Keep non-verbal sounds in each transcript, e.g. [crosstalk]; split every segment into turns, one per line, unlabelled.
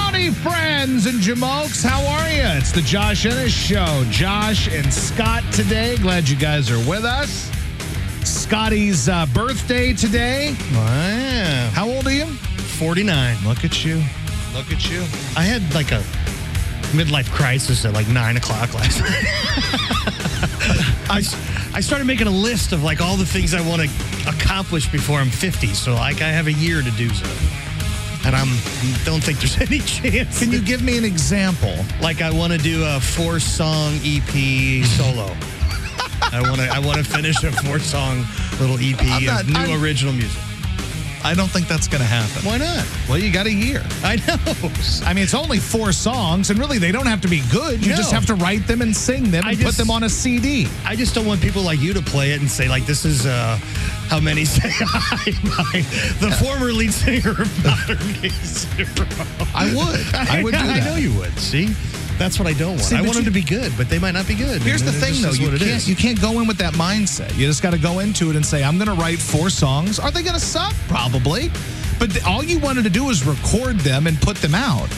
Howdy, friends and Jamokes. How are you? It's the Josh Ennis Show. Josh and Scott today. Glad you guys are with us. Scotty's uh, birthday today.
Wow.
How old are you?
49.
Look at you.
Look at you. I had like a midlife crisis at like 9 o'clock
[laughs]
last night. I, s- I started making a list of like all the things I want to accomplish before I'm 50. So like I have a year to do so. And I'm don't think there's [laughs] any chance.
Can you give me an example?
Like I want to do a four song EP solo. I want to I want to finish a four song little EP
I'm not-
of new
I'm-
original music.
I don't think that's going to happen. Why not? Well, you got to hear.
I know.
I mean, it's only four songs, and really, they don't have to be good. You
No.
just have to write them and sing them
I
and put
just-
them on a CD.
I just don't want people like you to play it and say like this is uh, how many say [laughs] hi by the former lead singer of Modern Day Zero.
I would. [laughs] I would do
[laughs] I
that.
know you would. See, that's what I don't want.
See,
I
but
want them
you-
to be good, but they might not be good.
Here's
And
the
it
thing,
just
though.
is
You
what it
can't
is.
you can't go in with that mindset. You just got to go into it and say, "I'm going to write four songs. Are they going to suck? Probably." But th- all you wanted to do is record them and put them out.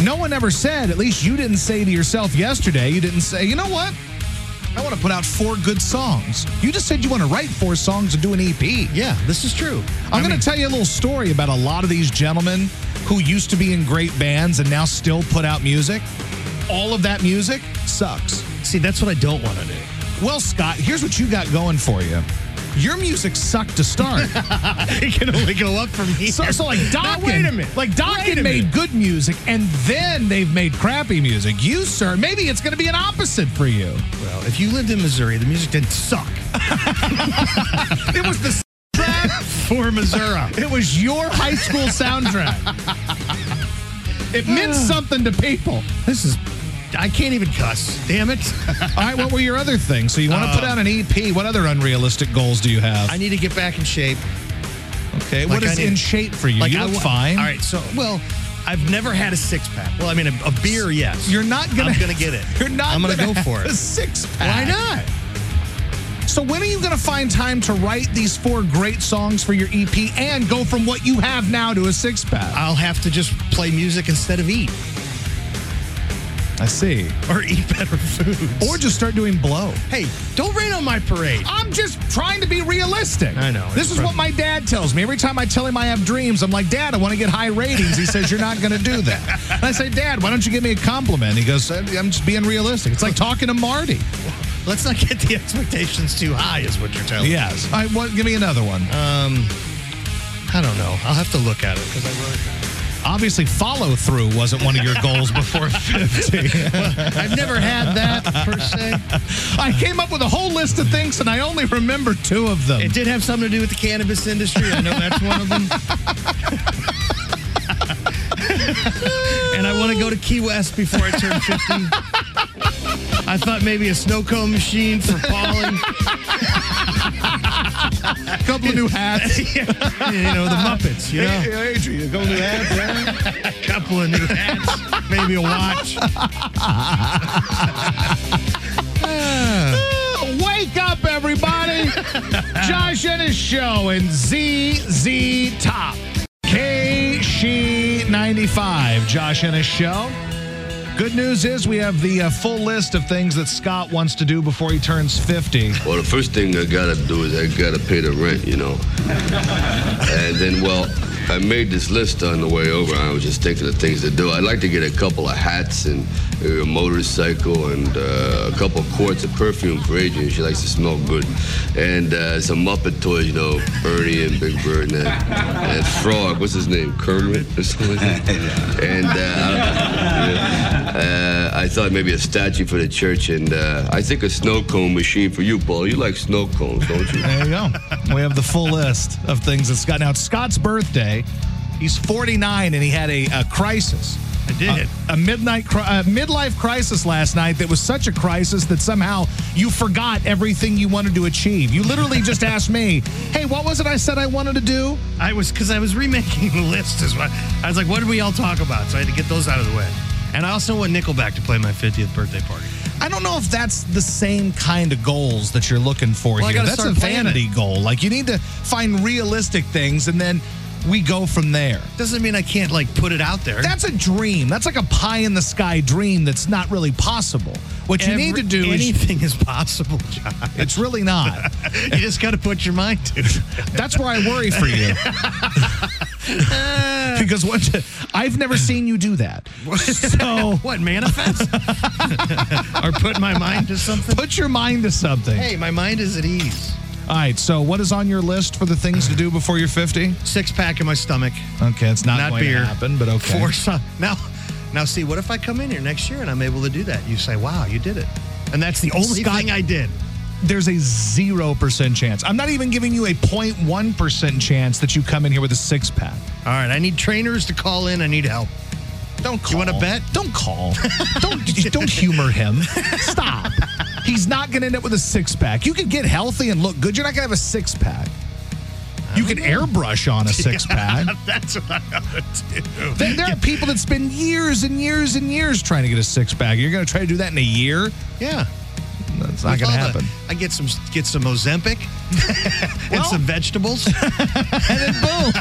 No one ever said. At least you didn't say to yourself yesterday. You didn't say, "You know what? I want to put out four good songs." You just said you want to write four songs and do an E EP.
yeah, this is true.
I'm going to tell you a little story about a lot of these gentlemen who used to be in great bands and now still put out music. All of that music sucks.
see. That's what I don't want to do. [laughs]
Well, Scott, here's what you got going for you. Your music sucked to
[laughs]
start.
It can only go up from here.
so, so like
Now,
Dokken,
wait a minute.
like
Wait
Dokken
a
made
minute.
good music, and then they've made crappy music. You, sir, maybe it's going to be an opposite for you.
Well, if you lived in Missouri, the music didn't suck.
[laughs] It was the
For Missouri.
it was your high school soundtrack. [laughs] It
[sighs]
meant something to people.
this is. I can't even cuss.
[laughs]
Damn it.
All right, what were your other things? So you want to put out an EP? What other unrealistic goals do you have?
Um, I need to get back in shape.
okay,
like
what is
I need-
in shape for you? you
I
look
wa-
fine.
All right, so well, I've never had a six pack. Well, I mean, a, a beer, yes.
You're not gonna.
I'm gonna get it.
[laughs] You're not.
I'm gonna, go
have
for
A
it.
six
Why
pack.
not?
So when are you gonna find time to write these four great songs for your EP and go from what you have now to a six pack?
I'll have to just play music instead of eat,
I see.
or eat better foods.
Or just start doing blow.
hey, don't rain on my parade.
I'm just trying to be realistic.
I know,
This
it's
is
rough.
what my dad tells me. Every time I tell him I have dreams, I'm like, Dad, I want to get high ratings. He says, You're not going to do that. And I say, Dad, why don't you give me a compliment? He goes, I'm just being realistic. It's like talking to Marty.
Let's not get the [laughs] expectations too high, is what you're telling. me.
Yes. All right, what, give me another one.
I don't know. I'll have to look at it because I wrote.
Obviously, follow through wasn't one of your goals before [laughs] 50.
I've never had that per se.
I came up with a whole list of things and I only remember two of them.
It did have something to do with the cannabis industry. I know that's one of them. [laughs] and I want to go to Key West before I turn 50. I thought maybe a snow cone machine for [laughs] pollen.
a couple of new
[laughs]
hats.
you know, the Muppets, you know.
Adrian, a couple new hats.
A couple of new hats, maybe a watch.
Wake up, everybody! Josh and his show in ZZ Top. KSHE95, Josh and his show. Good news is we have the uh, full list of things that Scott wants to do before he turns 50.
Well, the first thing I gotta do is I gotta pay the rent, you know. and then, well, I made this list on the way over. I was just thinking of things to do. I'd like to get a couple of hats and a motorcycle and uh, a couple of quarts of perfume for Adrian. She likes to smell good. And uh, some Muppet toys, you know, Ernie and Big Bird and that, that frog. What's his name? Kermit or something like that? And uh, uh, I thought maybe a statue for the church, and uh, I think a snow cone machine for you, Paul. You like snow cones, don't you?
There you go. We have the full list of things that Scott. Now, it's Scott's birthday. He's 49 and he had a, a crisis.
I did.
A, a midnight cri- a midlife crisis last night that was such a crisis that somehow you forgot everything you wanted to achieve. You
[laughs]
literally just asked me, "Hey, what was it I said I wanted to do?"
I was because I was remaking [laughs] the list. Is what I was like. What did we all talk about? So I had to get those out of the way. And I also want Nickelback to play my 50th birthday party.
I don't know if that's the same kind of goals that you're looking for
Well, I
here.
gotta
That's a
start planning.
vanity goal. Like you need to find realistic things and then we go from there.
Doesn't mean I can't like put it out there.
That's a dream. That's like a pie in the sky dream that's not really possible. What you
Every-
need to do is
anything is possible, John.
it's really
[laughs]
not.
you just got to put your mind to. it.
That's where I worry for you. because what I've never seen you do that. So
What manifest? [laughs] or put my mind to something?
put your mind to something.
Hey, my mind is at ease.
All right, so what is on your list for the things to do before you're 50?
Six pack in my stomach.
Okay, it's not,
Not
going
beer.
to happen, but okay.
Four son. Now, now, see, what if I come in here next year and I'm able to do that? You say, "Wow, you did it," and that's the only
Scott-
thing I did.
there's a 0% chance. I'm not even giving you a 0.1% chance that you come in here with a six pack.
All right, I need trainers to call in. I need help.
Don't call.
You wanna bet? [laughs]
Don't call. don't don't humor him. Stop. He's not going to end up with a six pack. You can get healthy and look good. You're not going to have a six pack. You can airbrush
[laughs]
on a six pack.
That's what I ought to
There, there are people that spend years and years and years trying to get a six pack. You're going to try to do that in a year?
Yeah.
That's not going to happen.
I get some get some Ozempic [laughs] and some vegetables, [laughs] and then boom,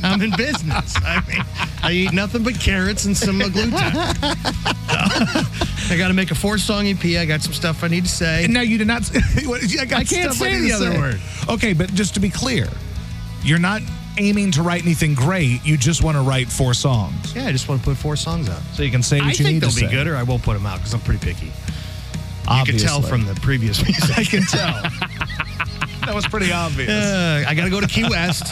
[laughs] I'm in business. I mean, I eat nothing but carrots and some [laughs] gluten. I got to make a four-song EP. I got some stuff I need to say.
And now you did not. what- [laughs] I, got
I can't
stuff
say
didn't
the other word.
Okay, but just to be clear, you're not aiming to write anything great. You just want to write four songs,
Yeah, I just want to put four songs out.
so you can say what
I
you
think
need
they'll
to
be
say.
good, or I won't put them out because I'm pretty picky.
Obviously.
You can tell from the [laughs] previous music.
I can tell. that was pretty obvious.
Uh, I got to go to Key West.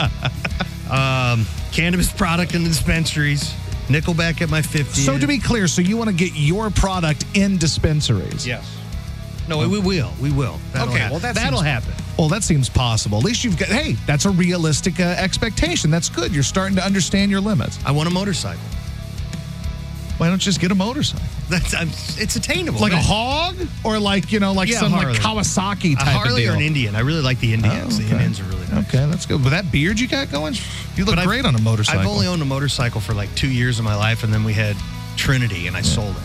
um, cannabis product in the dispensaries. Nickelback at my 50.
So to be clear, so you want to get your product in dispensaries?
Yes. No, we will. We will. That'll
Okay,
happen.
well, that
that'll
seems-
happen.
Well, that seems possible. At least you've got. Hey, that's a realistic uh, expectation. That's good. You're starting to understand your limits.
I want a motorcycle. [laughs]
Why don't you just get a motorcycle?
That's I'm, it's attainable.
Like a
man.
hog, or like you know, like
Yeah,
some like
Harley.
Kawasaki
a
type of
Harley
deal. Oh,
or an Indian. I really like the Indians.
okay.
The Indians are really nice.
Okay, that's good. With that beard you got going, you look
But I've-
great on a motorcycle.
I've only owned a motorcycle for like two years of my life, and then we had Trinity, and I sold it.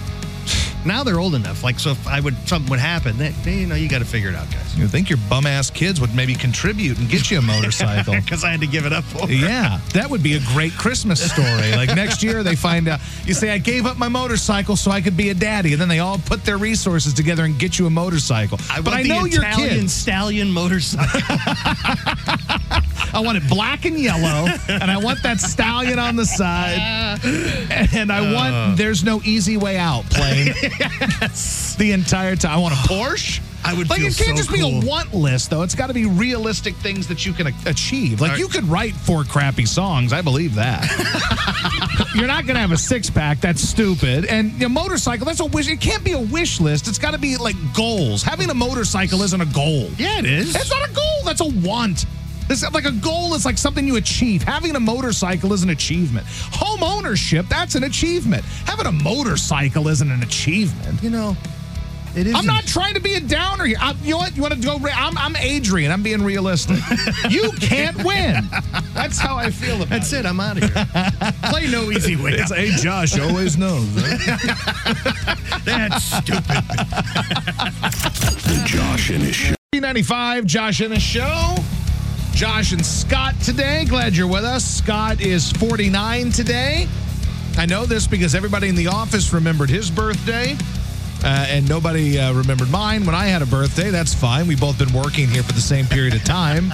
Now they're old enough. Like, so if I would something would happen, they, they, you know, you got to figure it out, guys.
you think your bum ass kids would maybe contribute and get you
[laughs]
a motorcycle.
Because I had to give it up for. it.
yeah, that would be a great Christmas story. Like next year, they find out you say, I gave up my motorcycle so I could be a daddy. And then they all put their resources together and get you a motorcycle.
I
but
want
I
the
know your
Italian
kids.
stallion motorcycle.
I want it black and yellow, and I want that stallion on the side. And I
Uh.
want There's No Easy Way Out
[laughs]
playing the entire time. I want a Porsche.
I would
Like
feel
it can't
so
just
cool.
be a want list though. It's got to be realistic things that you can a- achieve. Like
All right.
you could write four crappy songs. I believe
[laughs]
that. You're not gonna have a six pack. That's stupid. And your motorcycle. That's a wish. It can't be a wish list. It's got to be like goals. Having a motorcycle isn't a goal.
yeah, it is.
That's not a goal. That's a want. It's like a goal is like something you achieve. Having a motorcycle is an achievement. Home ownership, that's an achievement. Having a motorcycle isn't an achievement.
you know, it is.
I'm not trying to be a downer here. I, you know what? You want to go? ra- I'm, I'm Adrian. I'm being
[laughs]
realistic. you can't win. That's how I feel about
That's it. I'm out of here. Play no easy way. out.
hey, Josh always knows.
That's stupid.
Josh and his show.
95, Josh in the show. Josh and Scott today. Glad you're with us. Scott is 49 today. I know this because everybody in the office remembered his birthday. Uh, and nobody uh, remembered mine when I had a birthday. That's fine. We've both been working here for the same period of time.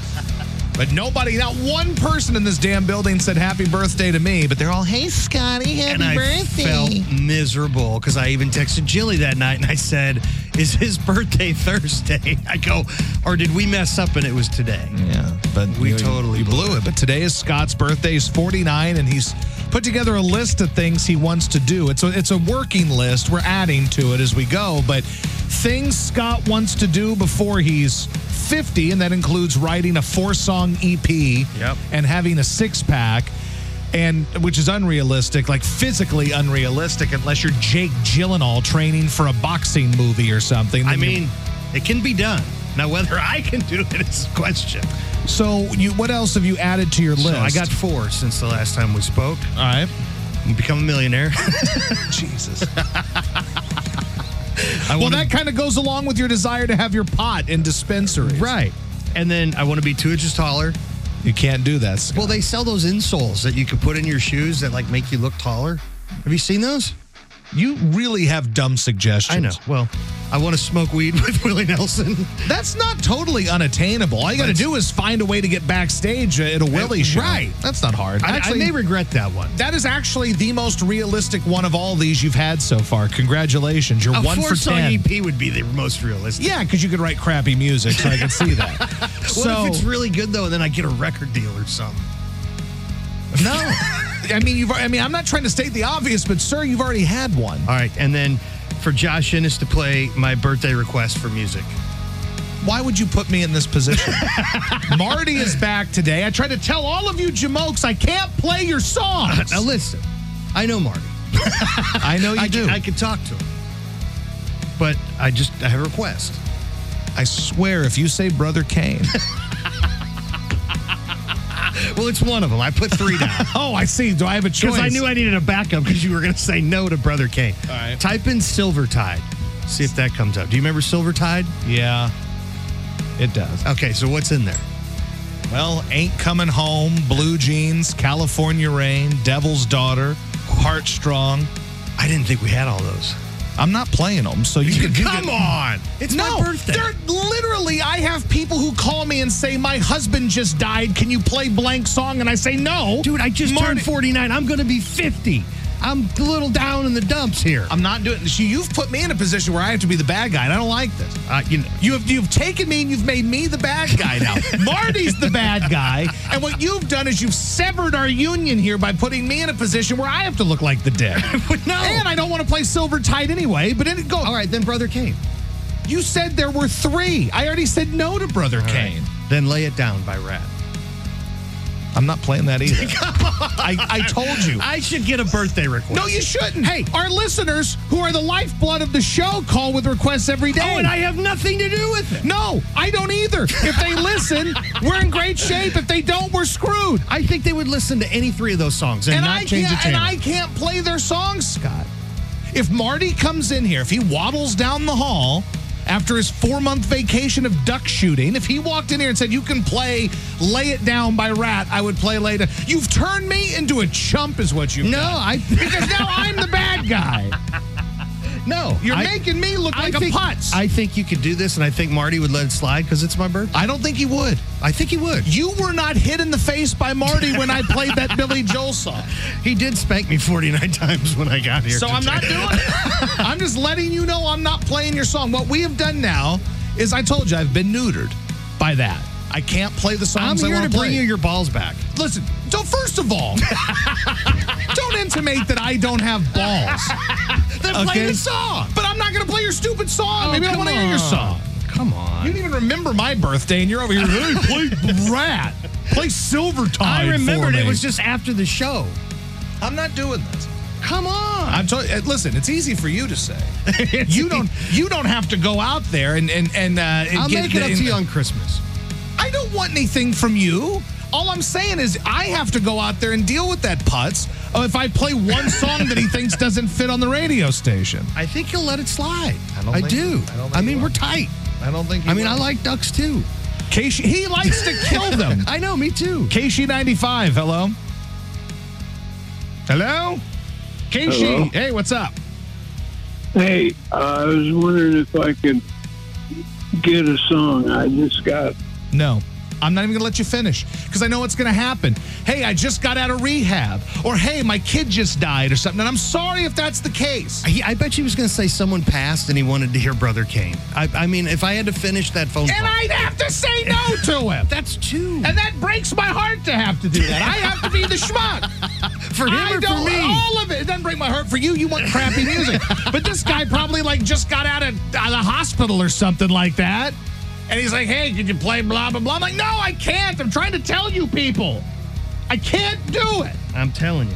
But nobody, not one person in this damn building said happy birthday to me. But they're all, hey, Scotty, happy
[laughs] and I
birthday.
felt miserable because I even texted Jilly that night and I said, "Is his birthday [laughs] Thursday?" I go, "Or did we mess up and it was today?"
Yeah, but
We
you-
totally
you blew it. But today is Scott's birthday. He's 49, and he's put together a list of things he wants to do. It's a, it's a working list. We're adding to it as we go, but things Scott wants to do before he's 50, E and that includes writing a four song EP
Yep.
and having a six pack. and which is unrealistic, like physically unrealistic, unless you're Jake Gyllenhaal training for a boxing movie or something.
I
Then you-
mean, it can be done. Now, whether [laughs] I can do it is a question.
so you what else have you added to your list?
So I got four since the last time we spoke.
all right.
I'm become a millionaire. [laughs]
Jesus.
I
well,
wanna-
that kind of goes along with your desire to have your pot in dispensaries.
right. And then I want to be two inches taller.
You can't do that. Scott.
Well, they sell those insoles that you can put in your shoes that like make you look taller. Have you seen those?
you really have dumb suggestions.
I know. Well, I want to smoke weed [laughs] with Willie Nelson.
That's not totally unattainable. All you got to
That's-
do is find a way to get backstage at a Willie show.
right.
That's not hard.
I, I
Actually,
may regret that one.
that is actually the most realistic one of all these you've had so far. Congratulations. You're
A
one for
four-song E
ten.
EP would be the most realistic.
Yeah, because you could write crappy music, so I can see
[laughs]
that.
What
so
if it's really good though, and then I get a record deal or something?
no, [laughs] I mean you've. I mean I'm not trying to state the obvious, but sir, you've already had one.
All right, and then for Josh Innes to play my birthday request for music.
Why would you put me in this [laughs] position? Marty is back today. I tried to tell all of you jamokes I can't play your [laughs] songs.
Now listen, I know Marty.
I know you
[laughs] I
do.
Can, I can talk to him, but I just I have a request.
I swear, if you say Brother Kane.
Well, it's one of them. I put three down.
[laughs]
[laughs]
oh, I see. Do I have a choice?
Because I knew I needed a backup because you were going to say no to Brother Kane.
All right.
Type in Silver Tide. See if that comes up. Do you remember Silver Tide?
Yeah, it does.
Okay, so what's in there?
Well, Ain't Coming Home, Blue Jeans, California Rain, Devil's Daughter, Heartstrong.
I didn't think we had all those.
I'm not playing them, so you can
Come on. It's
No,
my birthday.
they're literally. I have people who call me and say, "My husband just died. Can you play blank song?" And I say, "No,
Dude, I just
Marty-
turned 49. I'm going to be 50. I'm a little down in the dumps here.
I'm not doing. See, you've put me in a position where I have to be the bad guy, and I don't like this.
Uh, you know,
You have you've taken me and you've made me the bad guy now. Marty's the bad guy, and what you've done is you've severed our union here by putting me in a position where I have to look like the dick.
no.
And I don't want to play silver tide anyway. But it go.
all right, then Brother Kane.
You said there were three. I already said no to Brother Kane.
Then Lay It Down by Rat.
I'm not playing that either.
[laughs]
I, I told you.
I should get a birthday request.
no, you shouldn't. Hey, our listeners who are the lifeblood of the show call with requests every day.
Oh, and I have nothing to do with it.
No, I don't either. If they listen, we're in great shape. If they don't, we're screwed.
I think they would listen to any three of those songs and,
And
not
I
change the
can't, and
channel.
I can't play their songs, Scott. If Marty comes in here, if he waddles down the hall after his four-month vacation of duck shooting, if he walked in here and said, "You can play "Lay It Down" by Rat," I would play later. You've turned me into a chump, is what you.
no, I
[laughs] because now I'm the bad guy.
no.
You're
I-
making me look like
I think,
a putz.
I [laughs] think you could do this, and I think Marty would let it slide because it's my birthday.
I don't think he would.
I think he would.
You were not hit in the face by Marty when I played
[laughs]
that Billy Joel song.
He did spank me 49 times when I got here.
So I'm
today.
not doing
[laughs]
it. I'm just letting you know I'm not playing your song. What we have done now is I told you I've been neutered by that. I can't play the
I'm
songs I
here to
want
bring
play.
you your balls back.
Listen, don't first of
[laughs]
all, don't intimate that I don't have
[laughs]
balls.
Then
Okay?
song.
But I'm not gonna play your stupid song.
Oh,
Maybe I don't
come
want to hear your
on.
song.
Come on.
You don't even remember my birthday, and you're over here. Hey,
[laughs]
play Rat, play Silver Tide.
I
for
remembered it
me."
was just after the show.
I'm not doing this.
Come on.
I'm told. uh, Listen, it's easy for you to say. you
[laughs]
don't. You don't have to go out there and and and. Uh, and
I'll
get
make it up
the-
to you on Christmas.
I don't want anything from you. All I'm saying is I have to go out there and deal with that putz uh, if I play
[laughs]
one song that he thinks doesn't fit on the radio station.
I think he'll let it slide.
I don't think-
do.
I don't think
I
he
mean,
will.
we're tight.
I don't think.
I mean, I like ducks too.
Casey. He likes to kill them.
I know, me too.
Casey ninety five. Hello. Hello. Casey.
Hello?
Hey, what's up?
Hey, I was wondering if I could get a song. I just got.
No. I'm not even going to let you finish because I know what's going to happen. Hey, I just got out of rehab. Or hey, my kid just died or something. And I'm sorry if that's the case.
He, I bet you he was going to say someone passed and he wanted to hear Brother Kane. I, I mean, if I had to finish that phone
And
call,
I'd have to say no to him.
that's two.
And that breaks my heart to have to do that. I have to be the schmuck.
for him
I
or
don't,
for me?
all of it. It doesn't break my heart for you. You want crappy music. but this guy probably like just got out of, out of the hospital or something like that. And he's like, hey, could you play blah, blah, blah? I'm like, no, I can't. I'm trying to tell you people. I can't do it.
I'm telling you.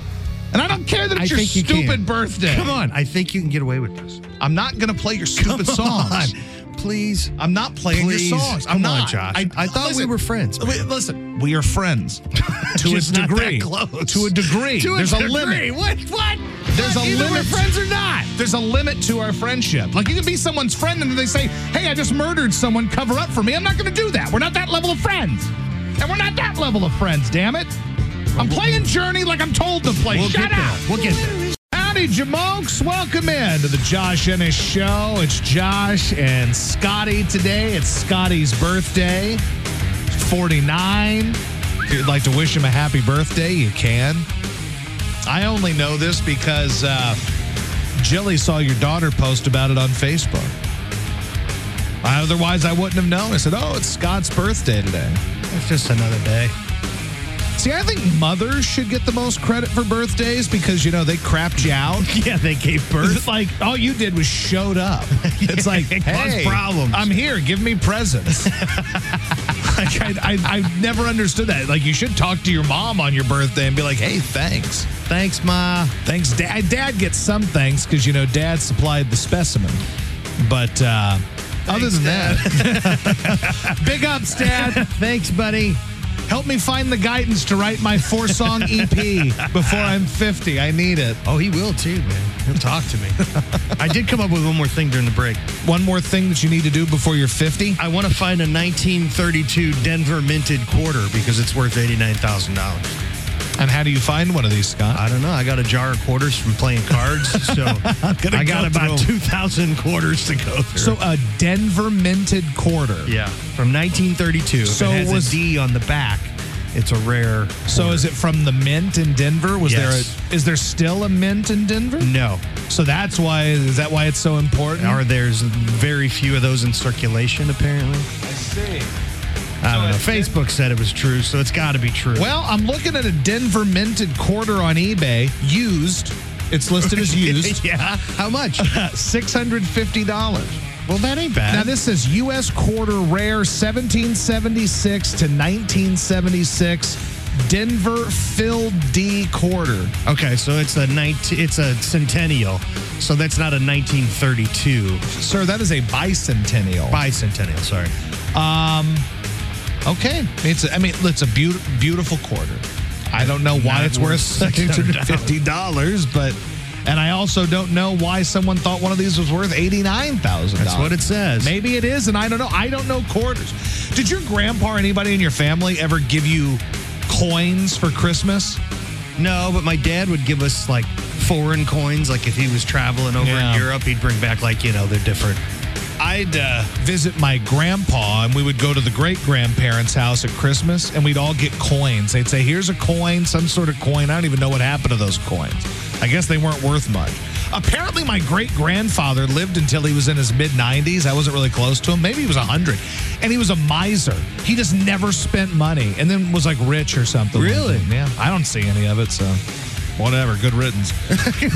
And I don't care that
I
it's your
think you
stupid
can.
birthday.
Come on. I think you can get away with this.
I'm not going to play your stupid songs.
Please.
I'm not playing
Please.
your songs. I'm
Come on,
not,
Josh. I thought we were friends, man.
Wait, listen, we are friends
[laughs]
to a
Just not that
degree.
close.
To a degree.
To a
There's
degree.
limit.
What? What?
There's
Look,
a
either
limit.
We're friends or not.
There's a limit to our friendship. Like you can be someone's friend and then they say, "Hey, I just murdered someone. Cover up for me." I'm not going to do that. We're not that level of friends, and we're not that level of friends. Damn it! I'm playing Journey like I'm told to play.
We'll
Shut up.
get there. We'll get there.
Howdy, Jamokes. Welcome in to the Josh Ennis Show. It's Josh and Scotty today. It's Scotty's birthday, 49. If you'd like to wish him a happy birthday, you can. I only know this because uh, Jilly saw your daughter post about it on Facebook. Otherwise, I wouldn't have known. I said, oh, it's Scott's birthday today.
It's just another day.
See, I think mothers should get the most credit for birthdays because, you know, they crapped you out.
[laughs] Yeah, they gave birth.
It's like all you did was showed
[laughs]
up. It's like
It caused
hey,
problems.
I'm here. Give me
[laughs]
presents. like I, I, I've never understood that. Like you should talk to your mom on your birthday and be like, "Hey, thanks,
Thanks, Ma.
thanks, Dad." Dad gets some thanks because you know Dad supplied the specimen, but uh, other than that, big ups, [laughs] Dad.
Thanks, buddy.
Help me find the guidance to write my four song EP before I'm 50. I need it.
Oh, he will too, man. He'll talk [laughs] to me. I did come up with one more thing during the break.
One more thing that you need to do before you're 50.
I want to find a 1932 Denver minted quarter because it's worth $89,000.
And how do you find one of these, Scott?
I don't know. I got a jar of quarters from playing
[laughs]
cards, so
gonna
I got
go
about
through
2,000 quarters to go through.
So a Denver minted quarter.
yeah, from 1932.
So
So it has
was-
a D on the back. It's a rare.
So is it from the mint in Denver? Was
Yes.
there a, is there still a mint in Denver?
No,
So that's why is that why it's so important?
or there's very few of those in circulation apparently. I don't know. Facebook said it was true, so it's got to be true.
Well, I'm looking at a Denver minted quarter on eBay, used. It's listed [laughs] as used.
[laughs] yeah. How much?
Six hundred fifty dollars.
well, that ain't bad.
Now this is U.S. quarter rare, 1776 to 1976, Denver Phil D quarter.
Okay, so it's a 19, it's a centennial. So that's not a 1932
Sir, that is a bicentennial.
bicentennial, sorry.
Okay, it's a, I mean it's a beautiful beautiful quarter. I don't know why
Not
it's worth
worth
six hundred fifty dollars, but and I also don't know why someone thought one of these was worth eighty nine thousand.
That's what it says.
Maybe it is, and I don't know. I don't know quarters. Did your grandpa or anybody in your family ever give you coins for Christmas?
No, but my dad would give us like foreign coins like if he was traveling over
Yeah.
in Europe, he'd bring back like, you know, they're different.
I'd uh, visit my grandpa, and we would go to the great grandparents' house at Christmas, and we'd all get coins. They'd say, "Here's a coin, some sort of coin." I don't even know what happened to those coins. I guess they weren't worth much. Apparently, my great grandfather lived until he was in his mid 90s. I wasn't really close to him. Maybe he was 100, and he was a miser. He just never spent money, and then was like rich or something. like
Really?
that. yeah. I don't see any of it, so whatever. Good riddance.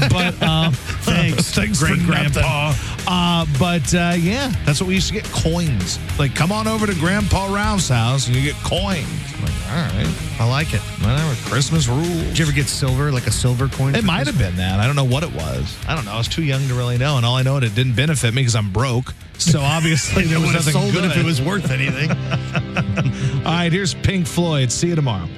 [laughs] but
[laughs]
um,
Thanks,
thanks,
great
great grandpa.
grandpa.
Uh, but uh, yeah, that's what we used to get coins. Like, come on over to Grandpa Ralph's house and you get coins. I'm like, all right,
I like it.
whatever. Christmas
Did
rules.
you ever get silver, like a silver coin?
It might have been that. I don't know what it was. I don't know. I was too young to really know, and all I know is it didn't benefit me because I'm broke. So obviously there was
would have
nothing
sold
good.
[laughs] it if it was worth anything.
[laughs] All right, here's Pink Floyd. See you tomorrow.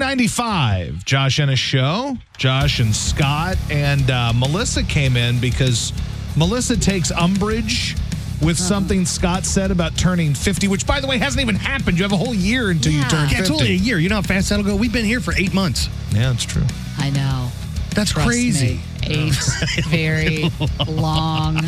G95, Josh Ennis show. Josh and Scott and uh, Melissa came in because Melissa takes umbrage with
Uh-huh.
something Scott said about turning 50, which, by the way, hasn't even happened. You have a whole year until you
Yeah.
turn
yeah,
50.
it's only a year. You know how fast that'll go? We've been here for eight months.
Yeah, it's true.
I know.
That's
Trust
crazy.
me. Eight very long,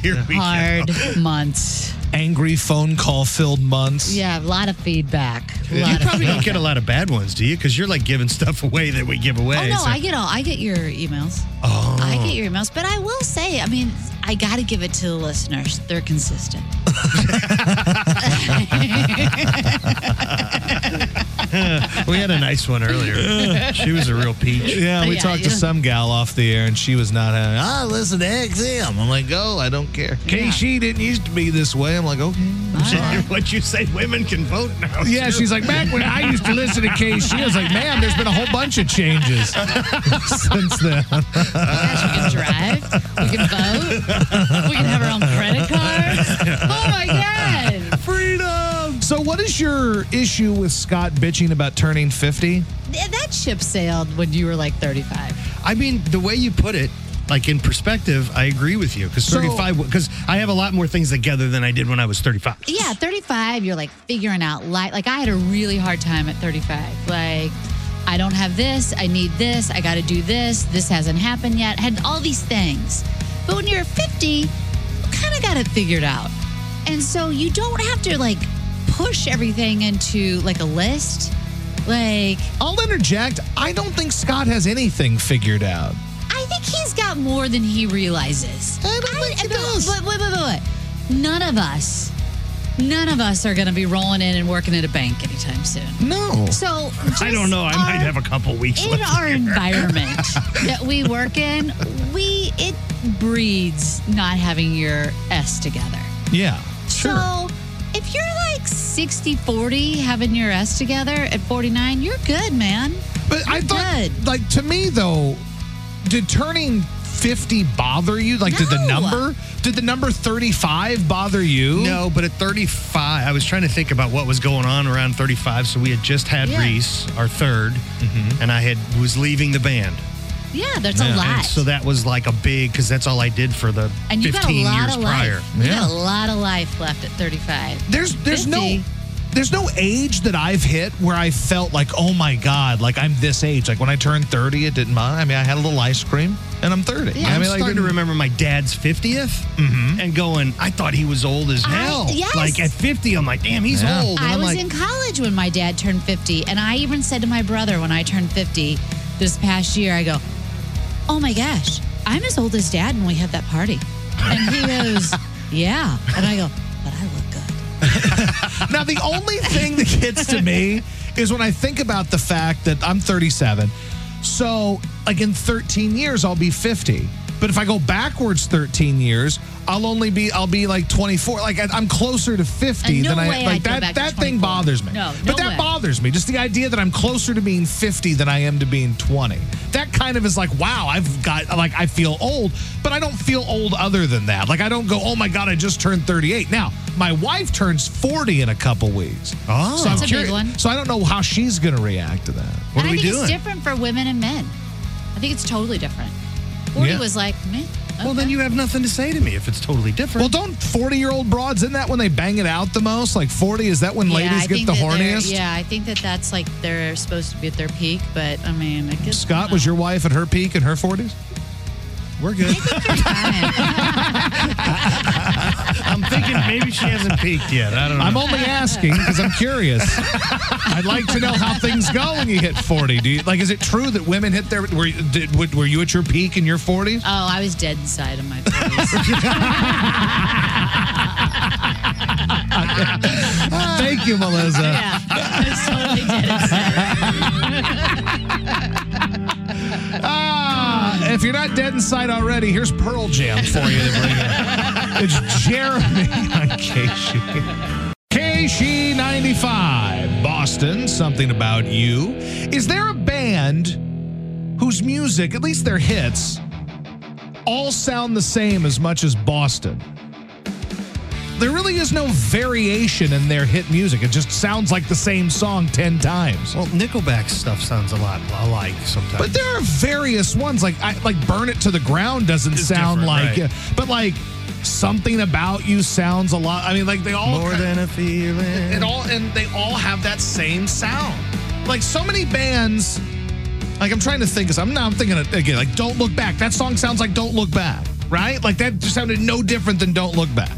Here we go.
hard months.
Angry phone call filled months.
Yeah, a lot of feedback. A
You
lot of
[laughs] probably don't
feedback.
get a lot of bad ones, do you? Because you're like giving stuff away that we give away.
Oh no,
so-
I get all. I get your emails. Oh. I get your emails, but I will say, I mean, I got to give it to the listeners. They're consistent.
we had a nice one
[laughs]
earlier. she was a real peach.
Yeah, we
Yeah,
talked to
yeah.
some gal off the air, and she was not having. Ah, listen to XM. I'm like, go. I don't care. KC didn't used to be this way. I'm like, okay.
[laughs] what you say, women can vote now.
Yeah,
too.
she's like, back when I used to listen to KC, I was like, man, there's been a whole bunch of
[laughs]
changes since then.
Gosh, we can drive. We can vote. We can have our own
[laughs]
credit cards. Oh my god!
Freedom. So, what is your issue with Scott bitching about turning 50?
Th- That ship sailed when you were like 35.
I mean, the way you put it, like in perspective, I agree with you because
So-
35, because I have a lot more things together than I did when I was 35.
Yeah, 35. You're like figuring out life. Like I had a really hard time at 35. Like I don't have this. I need this. I got to do this. This hasn't happened yet. Had all these things. But when you're 50, you kind of got it figured out. And so you don't have to like push everything into like a list. Like
I'll interject. I don't think Scott has anything figured out.
I think he's got more than he realizes.
I don't think he
no,
does.
But wait, wait, wait, wait. None of us, none of us are going to be rolling in and working at a bank anytime soon.
No.
So
I don't know. I
just
might
our-
have a couple weeks
in
left. [laughs]
our environment that we work in. We it breeds not having your s together.
Yeah.
So if you're like 60 40 having your s together at 49, you're good, man.
But I thought,
good.
like, to me though, did turning 50 bother you? Like, did the
No.
number, did the number 35 bother you?
No, but at 35, I was trying to think about what was going on around 35. So we had just had
Yeah.
Reese, our 3rd
Mm-hmm.
and I had was leaving the band.
Yeah, that's a
And
lot.
so that was like a big because that's all I did for the
and you've got a
15
lot
years
of
prior.
life. you You
Yeah.
got a lot of life left at 35.
There's there's no
50.
there's no age that I've hit where I felt like, oh my God, like I'm this age. Like when I turned 30, it didn't matter. I mean, I had a little ice cream and I'm 30.
Yeah.
I
I'm
mean, Mm-hmm.
starting to remember my dad's 50th and going, I thought he was old as
I-
hell.
yes.
Like at 50, I'm like, damn, he's
Yeah.
old. And
I
am
was
like,
in college when my dad turned 50, and I even said to my brother when I turned 50 this past year, I go, Oh my gosh, I'm as old as dad when we have that party. And
[laughs]
he goes, Yeah. And I go, But I look good.
Now, the only thing that gets to me is when I think about the fact that I'm 37. So, like in 13 years, I'll be 50. But if I go backwards 13 years, I'll only be I'll be like 24. Like I, I'm closer to 50
And no
than I like
way I'd go
that.
back to
that thing
24.
bothers me.
No,
but
no
that
way.
bothers me. Just the idea that I'm closer to being 50 than I am to being 20. That kind of is like, wow, I've got like I feel old, but I don't feel old other than that. Like I don't go, oh my god, I just turned 38. Now my wife turns 40 in a couple weeks.
Oh.
so I'm
That's a big
curious-
one.
So I don't know how she's going to react to that.
what
and
are we
I think
doing?
it's different for women and men. I think it's totally different. 40
Yeah.
was like, Meh,
Well, then
okay."
you have nothing to say to me if it's totally different.
Well, don't 40 year old broads, isn't that when they bang it out the most? Like 40, is that when
Yeah,
ladies
I
get
think
the
that they're-
horniest?
Yeah, I think that that's like they're supposed to be at their peak, but I mean, I guess
Scott, was your wife at her peak in her 40s?
we're good.
Fine.
I'm thinking maybe she hasn't peaked yet. I don't know.
I'm only asking because I'm curious. I'd like to know how things go when you hit 40. Do you, like, is it true that women hit their? Were, you- did, would- were you at your peak in your 40s?
[laughs] Oh, I was dead inside
[laughs]
of my face.
Thank you, Melissa.
yeah, I was totally dead inside.
Ah, if you're not dead inside already, here's Pearl Jam for you to bring up. It's Jeremy on KC. KC95, Boston, something about you. Is there a band whose music, at least their hits, all sound the same as much as Boston? There really is no variation in their hit music. It just sounds like the same song 10 times.
well, Nickelback's stuff sounds a lot alike sometimes.
But there are various ones like I, like "Burn It to the Ground" doesn't
It's
sound like,
different, right.
but like something about you sounds a lot. I mean, like they all
more than a feeling.
it all and they all have that same sound. Like so many bands, like I'm trying to think. 'cause I'm now I'm thinking of- again. Like "Don't Look Back." That song sounds like "Don't Look Back," right? Like that just sounded no different than "Don't Look Back."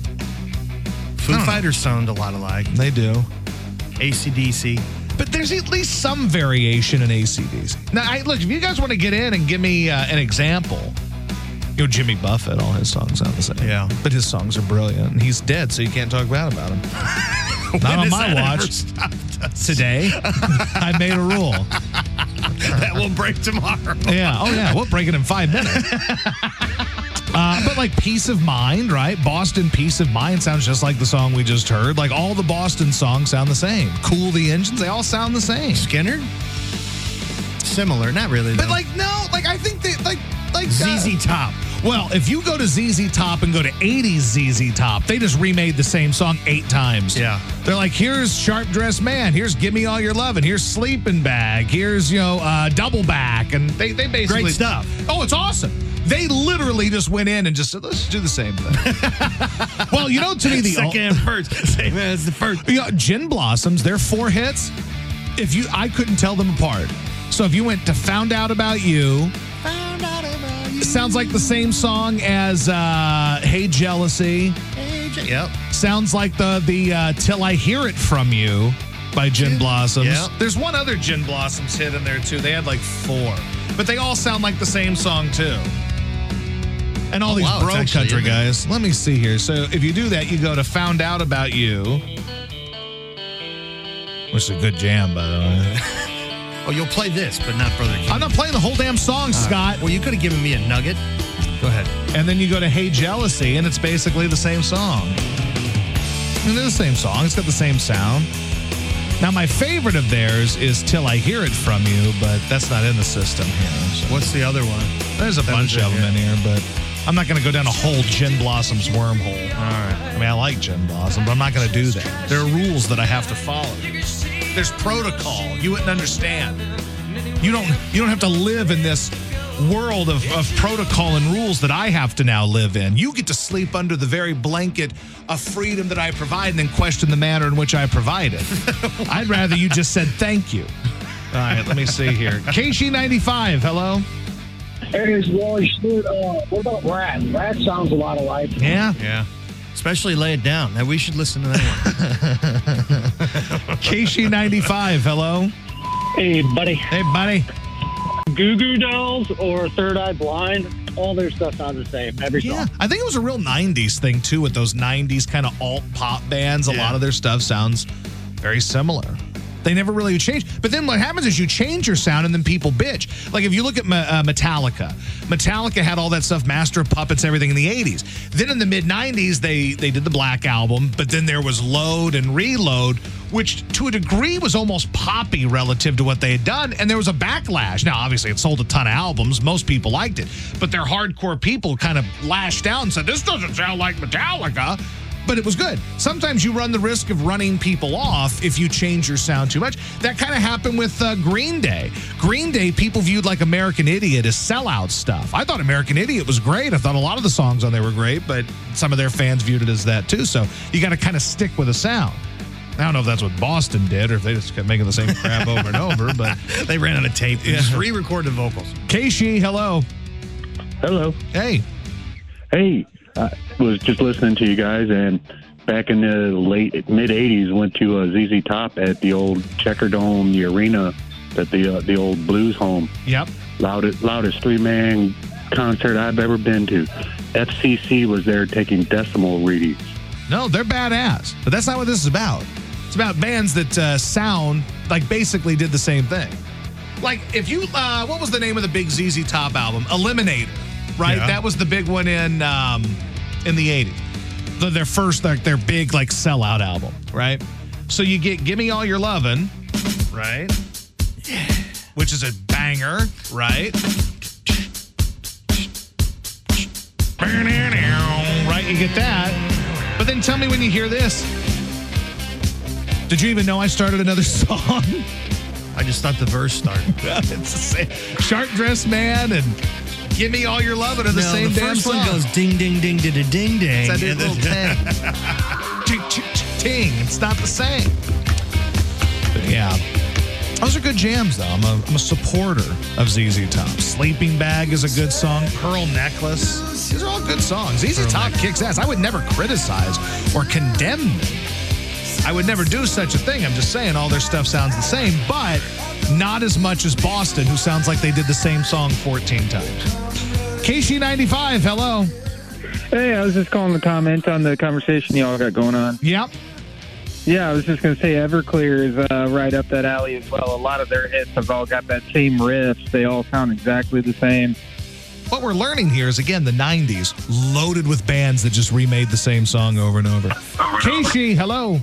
Foo Fighters sound a lot alike.
They do. [laughs]
ACDC.
But there's at least some variation in ACDC. Now, I, look, if you guys want to get in and give me uh, an example, you know, Jimmy Buffett, all his songs sound the same.
Yeah.
But his songs are brilliant. And he's dead, so you can't talk bad about him. Not on my watch.
watch.
Today, I made a rule.
that will break tomorrow.
Yeah. Oh, yeah. We'll break it in five minutes. Uh, but like peace of mind, right? Boston peace of mind sounds just like the song we just heard. Like all the Boston songs sound the same. Cool the engines, they all sound the same.
Skinner? Similar, not really.
But
though.
like no, like I think they like like uh,
ZZ Top.
Well, if you go to ZZ Top and go to 80s ZZ Top, they just remade the same song eight times.
Yeah.
They're like, here's Sharp Dressed Man, here's Give Me All Your Love, and here's Sleeping Bag, here's, you know, uh, Double Back. And they, they basically.
Great stuff.
Oh, it's awesome. They literally just went in and just said, let's do the same thing.
[laughs]
well, you know, to me, the.
second and first, same as the first.
You know, Gin Blossoms, their four hits, if you I couldn't tell them apart. So if you went to Found Out About You, sounds like the same song as uh, Hey Jealousy.
Yep.
Sounds like the the uh, Till I Hear It From You by Gin Blossoms.
Yeah.
There's one other Gin Blossoms hit in there too. They had like four, but they all sound like the same song too. And all
Oh,
these
wow, it's
bro
actually
country
in there.
guys. Let me see here. So if you do that, you go to Found Out About You, which is a good jam by the [laughs] way.
Oh, you'll play this, but not Brother King.
I'm not playing the whole damn song, Scott.
Well, you could have given me a nugget. Go ahead.
And then you go to Hey Jealousy, and it's basically the same song. And they're the same song, it's got the same sound. Now, my favorite of theirs is Till I Hear It From You, but that's not in the system here. so-
What's the other one?
There's a bunch
was it,
of them in here, but I'm not going to go down a whole Gin Blossoms wormhole. All right. I mean, I like Gin Blossom, but I'm not going to do that. There are rules that I have to follow. There's protocol. You wouldn't understand. You don't. You don't have to live in this world of, of protocol and rules that I have to now live in. You get to sleep under the very blanket of freedom that I provide, and then question the manner in which I provide [laughs] it. I'd rather you just said thank you. All right. Let me see here. KC95. Hello.
Hey, it's Wally Schmidt. Uh, what about Rat? Rat sounds a lot alike.
Yeah.
Yeah. Especially Lay It Down. Now, we should listen to that one.
[laughs] KC95, hello.
Hey, buddy.
Hey, buddy.
Goo Goo Dolls or Third Eye Blind, all their stuff sounds the same. Every
Yeah,
song.
I think it was a real 90s thing, too, with those 90s kind of alt pop bands. A
Yeah.
lot of their stuff sounds very similar. They never really change. But then what happens is you change your sound and then people bitch. Like if you look at Me- uh, Metallica, Metallica had all that stuff, Master of Puppets, everything in the 80s. Then in the mid 90s, they, they did the Black Album, but then there was Load and Reload, which to a degree was almost poppy relative to what they had done. And there was a backlash. Now, obviously, it sold a ton of albums. Most people liked it, but their hardcore people kind of lashed out and said, This doesn't sound like Metallica but it was good. Sometimes you run the risk of running people off if you change your sound too much. That kind of happened with uh, Green Day. Green Day, people viewed like American Idiot as sellout stuff. I thought American Idiot was great. I thought a lot of the songs on there were great, but some of their fans viewed it as that too. So you got to kind of stick with a sound. I don't know if that's what Boston did or if they just kept making the same crap over and over, but
[laughs] they ran out of tape. They Just re record the vocals.
Keishi, hello.
Hello.
Hey.
Hey, I was just listening to you guys, and back in the late mid '80s, went to uh, ZZ Top at the old Checker Dome, the arena, at the uh, the old Blues Home.
Yep.
Loudest loudest three man concert I've ever been to. FCC was there taking decimal readings.
No, they're badass, but that's not what this is about. It's about bands that uh, sound like basically did the same thing. Like if you, uh, what was the name of the big ZZ Top album? Eliminator, right?
Yeah.
That was the big one in um, in the '80s. The, their first, like their big like sellout album, right? So you get "Give Me All Your Lovin'," right? Which is a banger, right? Right, you get that. But then tell me when you hear this. Did you even know I started another [laughs] song?
I just thought the verse started.
[laughs] it's the same. Sharp Dressed Man and Give Me All Your Love are the
No,
same
the
damn
first
song.
one goes ding, ding, ding, ding, ding, ding.
it's that
and
little
then-
ting. [laughs] ting, ting, ting, ting. It's not the same. But yeah. Those are good jams, though. I'm a, I'm a supporter of ZZ Top. Sleeping Bag is a good song. Pearl Necklace. These are all good songs. ZZ Top kicks ass. I would never criticize or condemn them. I would never do such a thing. I'm just saying all their stuff sounds the same, but not as much as Boston, who sounds like they did the same song 14 times. KC95, hello.
Hey, I was just calling to comment on the conversation y'all got going on.
Yep.
Yeah, I was just going to say Everclear is uh, right up that alley as well. A lot of their hits have all got that same riff. They all sound exactly the same.
What we're learning here is again the 90s, loaded with bands that just remade the same song over and over. Casey, hello.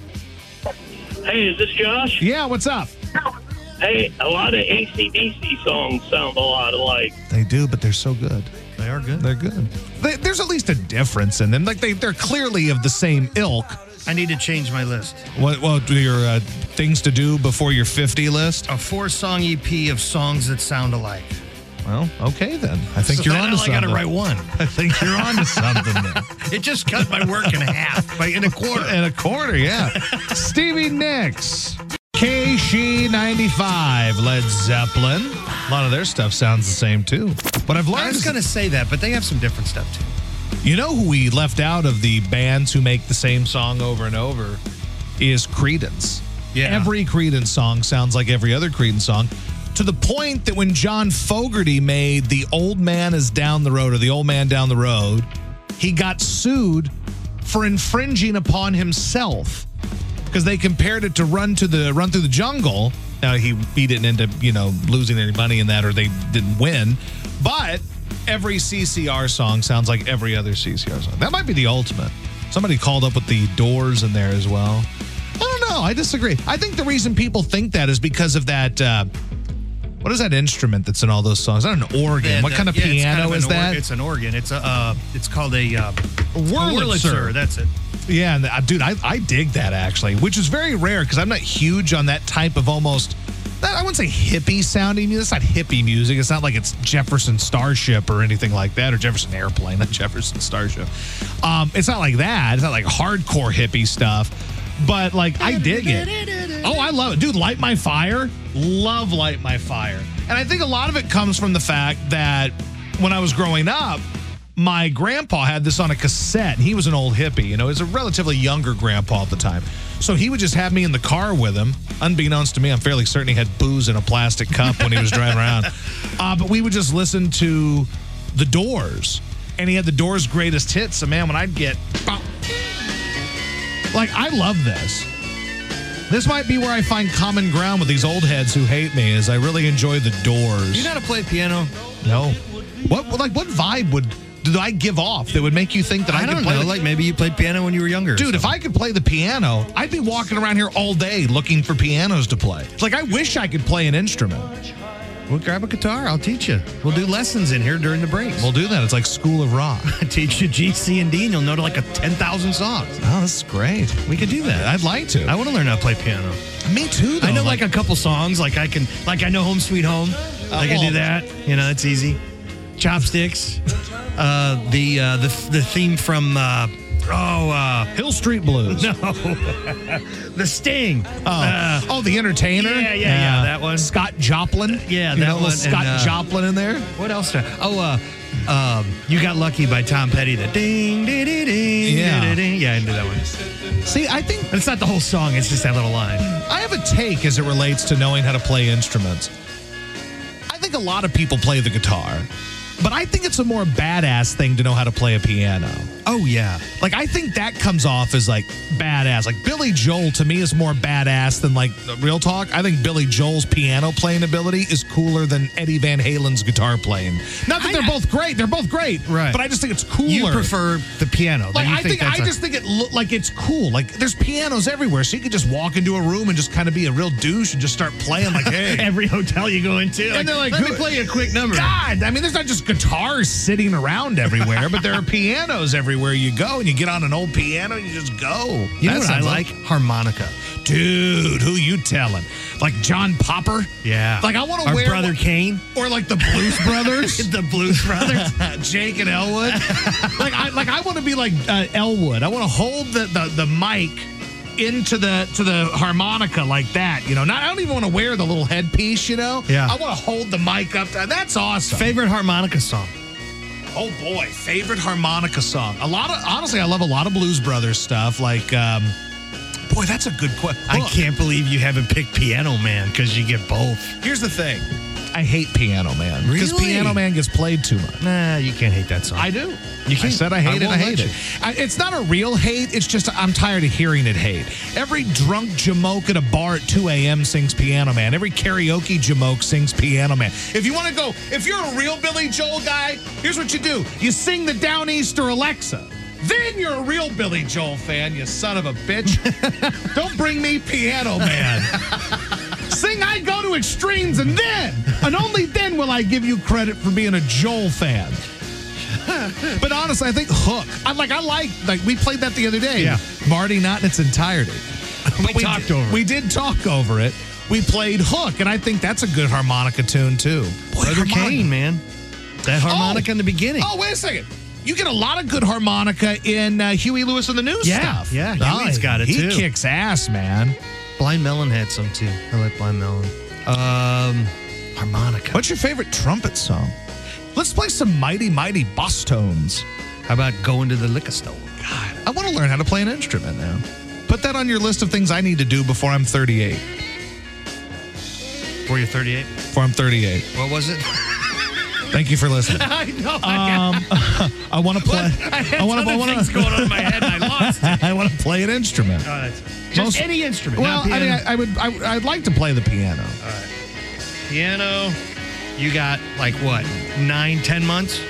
Hey, is this Josh?
Yeah, what's up?
Hey, a lot of ACDC songs sound a lot alike.
They do, but they're so good.
They are good.
They're good. They, there's at least a difference in them. Like they, they're clearly of the same ilk.
I need to change my list.
What, what your uh, things to do before your 50 list?
A four song EP of songs that sound alike.
Oh, Well, okay then. I think
So
you're
then
on to
all I
something.
got to write one.
[laughs] I think you're on to something there.
It just cut my work in [laughs] half, by in
[laughs]
a quarter.
And a quarter, yeah. Stevie Nicks. KC95, Led Zeppelin. A lot of their stuff sounds the same too. But I've
I
learned
was gonna say that, but they have some different stuff too.
You know who we left out of the bands who make the same song over and over is Credence.
Yeah.
Every Credence song sounds like every other Credence song. To the point that when John Fogerty made The Old Man is Down the Road or The Old Man Down the Road, he got sued for infringing upon himself because they compared it to Run to the Run Through the Jungle. Now he he didn't end up you know losing any money in that, or they didn't win. But every CCR song sounds like every other CCR song. That might be the ultimate. Somebody called up with the Doors in there as well. I don't know. I disagree. I think the reason people think that is because of that. Uh, what is that instrument that's in all those songs? Is that an organ?
Then,
what
uh,
kind of
yeah, it's
piano
kind of
is
an
that?
org- it's an organ. It's a. Uh, it's called a. Uh, a
Wurlitzer.
That's it.
Yeah, and uh, dude, I, I dig that actually, which is very rare because I'm not huge on that type of almost. That, I wouldn't say hippie sounding music. That's not hippie music. It's not like it's Jefferson Starship or anything like that, or Jefferson Airplane, [laughs] not Jefferson Starship. Um, it's not like that. It's not like hardcore hippie stuff. But like, I dig it. Oh, I love it, dude. Light my fire. Love light my fire. And I think a lot of it comes from the fact that when I was growing up, my grandpa had this on a cassette. and He was an old hippie, you know, he was a relatively younger grandpa at the time. So he would just have me in the car with him. Unbeknownst to me, I'm fairly certain he had booze in a plastic cup when he was driving around. Uh, but we would just listen to the doors. And he had the doors' greatest hits. So, man, when I'd get. bop, Like, I love this. This might be where I find common ground with these old heads who hate me, is I really enjoy the doors.
You know how to play piano?
No. What like what vibe would did I give off that would make you think that I,
I,
could
don't
play
know.
the-
Like maybe you played piano when you were younger. or
Dude, if
something.
I could play the piano, I'd be walking around here all day looking for pianos to play. It's like I wish I could play an instrument.
we'll grab a guitar, I'll teach you. We'll do lessons in here during the breaks.
We'll do that. It's like School of
[laughs]
Rock.
teach you G, C, and D, and you'll know like a ten thousand songs.
Oh, this is great.
We could do that.
I'd like to.
I want to learn how to play piano.
me too.
I know like, a couple songs. Like I can, like I know "Home Sweet Home." I can
well-
do that. You know, it's easy. Chopsticks. Uh, the uh, the the theme from uh, oh uh,
Hill Street Blues.
no, the Sting.
Oh.
Uh,
[laughs] oh, the Entertainer.
yeah, yeah, yeah, that one.
Scott Joplin.
Yeah,
you know,
that
little
one, and,
Scott
uh,
Joplin in there.
what else? do I- oh, uh, um, "You Got Lucky" by Tom Petty. The ding, ding, ding, ding,
Yeah.
ding, ding. Yeah, I knew that one.
See, I think
But it's not the whole song. It's just that little line.
I have a take as it relates to knowing how to play instruments. I think a lot of people play the guitar, but I think it's a more badass thing to know how to play a piano.
Oh yeah.
Like I think that comes off as like badass. Like Billy Joel to me is more badass than like real talk. I think Billy Joel's piano playing ability is cooler than Eddie Van Halen's guitar playing. Not that
I-
they're both great. They're both great.
Right.
But I just think it's cooler.
You prefer the piano. then
Like
you
I think,
that's
I
a-
just think it look like it's cool. Like there's pianos everywhere, so you could just walk into a room and just kind of be a real douche and just start playing like, hey,
[laughs] every hotel you go into.
And they're like,
let me
"Who-
play you a quick number.
God. I mean, there's not just guitars sitting around everywhere, but there
[laughs]
are pianos everywhere you go, and you get on an old piano and you just go.
You
That
know what I
sounds
like? Harmonica.
dude? Who you telling? Like John Popper?
Yeah.
Like I want to
Our
wear
brother Kane.
or like the Blues Brothers.
[laughs] the Blues Brothers.
[laughs] Jake and Elwood. [laughs] like I like I want to be like uh, Elwood. I want to hold the, the the mic into the to the harmonica like that. You know, not I don't even want to wear the little headpiece. You know,
Yeah.
I want to hold the mic up. To, that's awesome.
Favorite harmonica song?
oh boy, favorite harmonica song. A lot of honestly, I love a lot of Blues Brothers stuff. Like, um, boy, that's a good question.
I can't believe you haven't picked Piano Man because you get both.
Here's the thing. I hate Piano Man because
Really?
Piano Man gets played too much.
Nah, you can't hate that song.
I do.
You
I
can't-
said I hate it.
I
I
won't
hate
let
it.
you.
I, it's not a real hate. It's just I'm tired of hearing it hate. Every drunk jamoke at a bar at 2 a.m. sings Piano Man. Every karaoke jamoke sings Piano Man. If you want to go, if you're a real Billy Joel guy, here's what you do: you sing the Downeaster Alexa. Then you're a real Billy Joel fan, you son of a
[laughs]
bitch. Don't bring me Piano Man. Sing I Go to Extremes, and then, and only then will I give you credit for being a Joel fan. But honestly, I think Hook. I like. I like. Like we played that the other day.
Yeah.
Marty, not in its
[laughs]
entirety. But
talked
did,
over it.
We did talk over it. We played Hook, and I think that's a good harmonica tune too. Boy,
Brother
harmonica-
Kane, man. That harmonica in
[laughs]
the beginning.
Oh, wait a second. You get a lot of good harmonica in uh, Huey Lewis and the News
Yeah,
stuff.
yeah, Huey's got it,
he
too.
He kicks ass, man.
Blind Melon had some too. I like Blind Melon. Um, harmonica.
What's your favorite trumpet song? Let's play some mighty mighty boss tones.
How about going to the liquor store?
God, I want to learn how to play an instrument now. Put that on your list of things I need to do before I'm 38.
Were you 38?
Before I'm 38.
What was it?
Thank you for listening.
[laughs] I know.
Um, [laughs] I want to play.
I had
[laughs] I want to. I
other
want
things
to.
going on in my head and I lost
[laughs]
it.
I want to play an instrument.
Oh, that's- Just
Most-
any instrument.
well,
not
I mean,
piano.
I, I would. I, I'd like to play the piano.
piano. You got like what nine, ten months?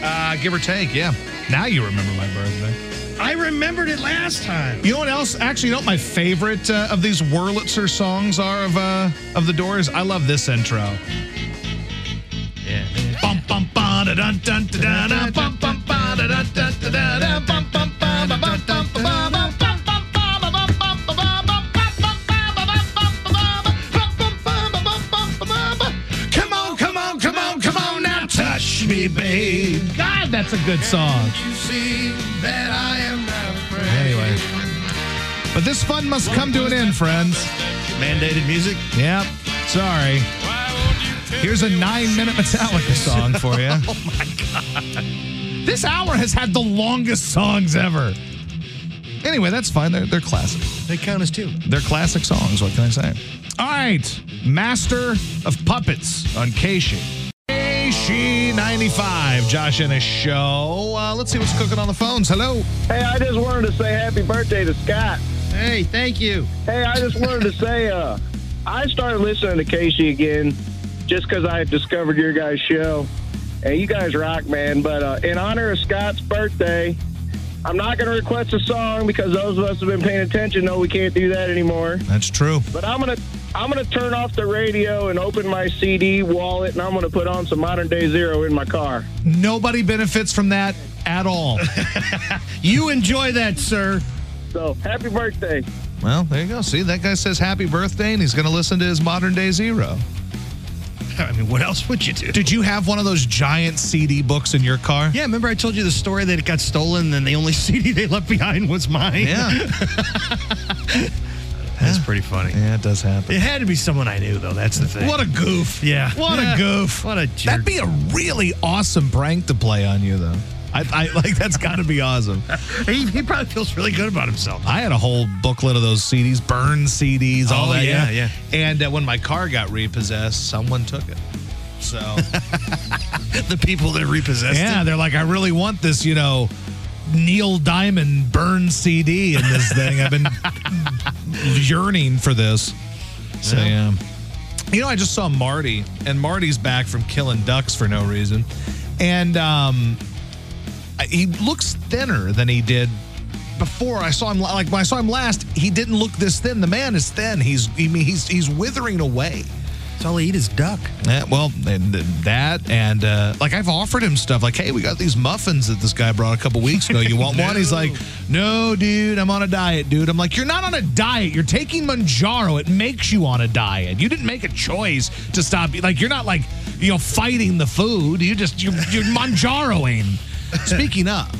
Uh, give or take, yeah. Now you remember my birthday.
I remembered it last time.
You know what else? Actually, you know what my favorite uh, of these Wurlitzer songs are of uh, of the Doors. I love this intro.
Yeah.
Bum, bum, ba, da, dun, dun, da, da, da, bum, bum, ba, da, dun, dun, da, da, da, bum, bum, ba, ba, bum, bum, ba, ba, bum, bum, bum, ba, ba, bum, bum, ba, ba, bum, bum, ba, ba, bum, bum, ba, ba, bum, bum, ba, ba, bum, bum, ba, ba. Come on, come on, come on, come on now, touch me, babe. God, that's a good song. Anyway. But this fun must come to an end, friends.
Mandated music. [laughs]
Yep. Sorry. Here's a nine minute Metallica song for
[laughs]
you. oh my God. This hour has had the longest songs ever. Anyway, that's fine. They're, they're classic.
They count as two.
They're classic songs. What can I say? All right. Master of Puppets on Keishi. Keishi 95. Josh in a show. Uh, let's see what's cooking on the phones. Hello.
Hey, I just wanted to say happy birthday to Scott.
Hey, thank you.
Hey, I just wanted to say, uh, I started listening to Casey again just because I discovered your guys' show. And you guys rock, man. But uh, in honor of Scott's birthday, I'm not going to request a song because those of us who have been paying attention know we can't do that anymore.
That's true.
But I'm gonna I'm gonna turn off the radio and open my CD wallet, and I'm gonna put on some Modern Day Zero in my car.
Nobody benefits from that at [laughs] all.
You enjoy that, sir.
So happy birthday!
Well, there you go. See, that guy says happy birthday, and he's going to listen to his modern day zero.
I mean, what else would you do?
Did you have one of those giant CD books in your car?
Yeah, remember I told you the story that it got stolen and the only [laughs] CD they left behind was mine? [laughs] That's pretty funny.
yeah, it does happen.
It had to be someone I knew, though. That's the thing.
What a goof.
Yeah.
What
Yeah.
a goof.
What a
[laughs]
jerk.
That'd be a really awesome prank to play on you, though. I, I like that's got to be awesome.
he, he probably feels really good about himself.
I had a whole booklet of those CDs, burn CDs, all
Oh,
that.
yeah,
you know?
yeah.
And uh, when my car got repossessed, someone took it. So.
[laughs] The people that repossessed
Yeah,
him.
they're like, I really want this, you know, Neil Diamond burn CD in this thing. I've been yearning for this. So, yeah. You know, I just saw Marty, and Marty's back from killing ducks for no reason. And um, I- he looks thinner than he did before I saw him. la- Like when I saw him last, he didn't look this thin. The man is thin. He's, I mean, he's he's withering away.
That's all they eat is duck.
Yeah, well, and th- that and uh, like I've offered him stuff like, hey, we got these muffins that this guy brought a couple weeks ago. You want one? He's like, no, dude, I'm on a diet, dude. I'm like, you're not on a diet. You're taking Manjaro. It makes you on a diet. You didn't make a choice to stop. e-, Like you're not like you know fighting the food. You just you're, you're Manjaroing. Speaking of.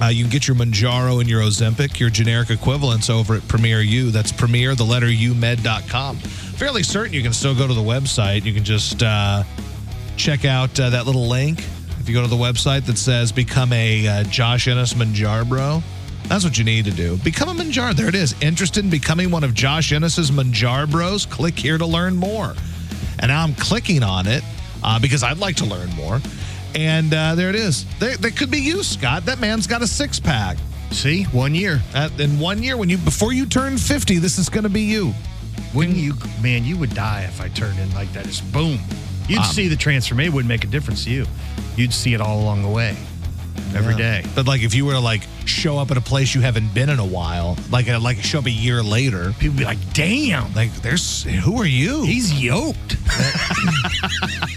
Uh, you can get your Manjaro and your Ozempic, your generic equivalents, over at Premier U. That's Premier, the letter U, med.com. Fairly certain you can still go to the website. You can just uh, check out uh, that little link. If you go to the website that says become a uh, Josh Ennis Manjar bro, that's what you need to do. Become a Manjar. There it is. Interested in becoming one of Josh Ennis's Manjar bros? Click here to learn more. and I'm clicking on it uh, because I'd like to learn more. And uh, there it is. There, that could be you, Scott. That man's got a six pack.
See, one year.
Uh, in one year, when you before you turn 50, this is going to be you.
Wouldn't you, man? You would die if I turned in like that. Just boom. You'd
Um,
see the transformation. It wouldn't make a difference to you. You'd see it all along the way, every day.
But like, if you were to like show up at a place you haven't been in a while, like a, like show up a year later,
People be like, "Damn,
like there's who are you?
he's yoked."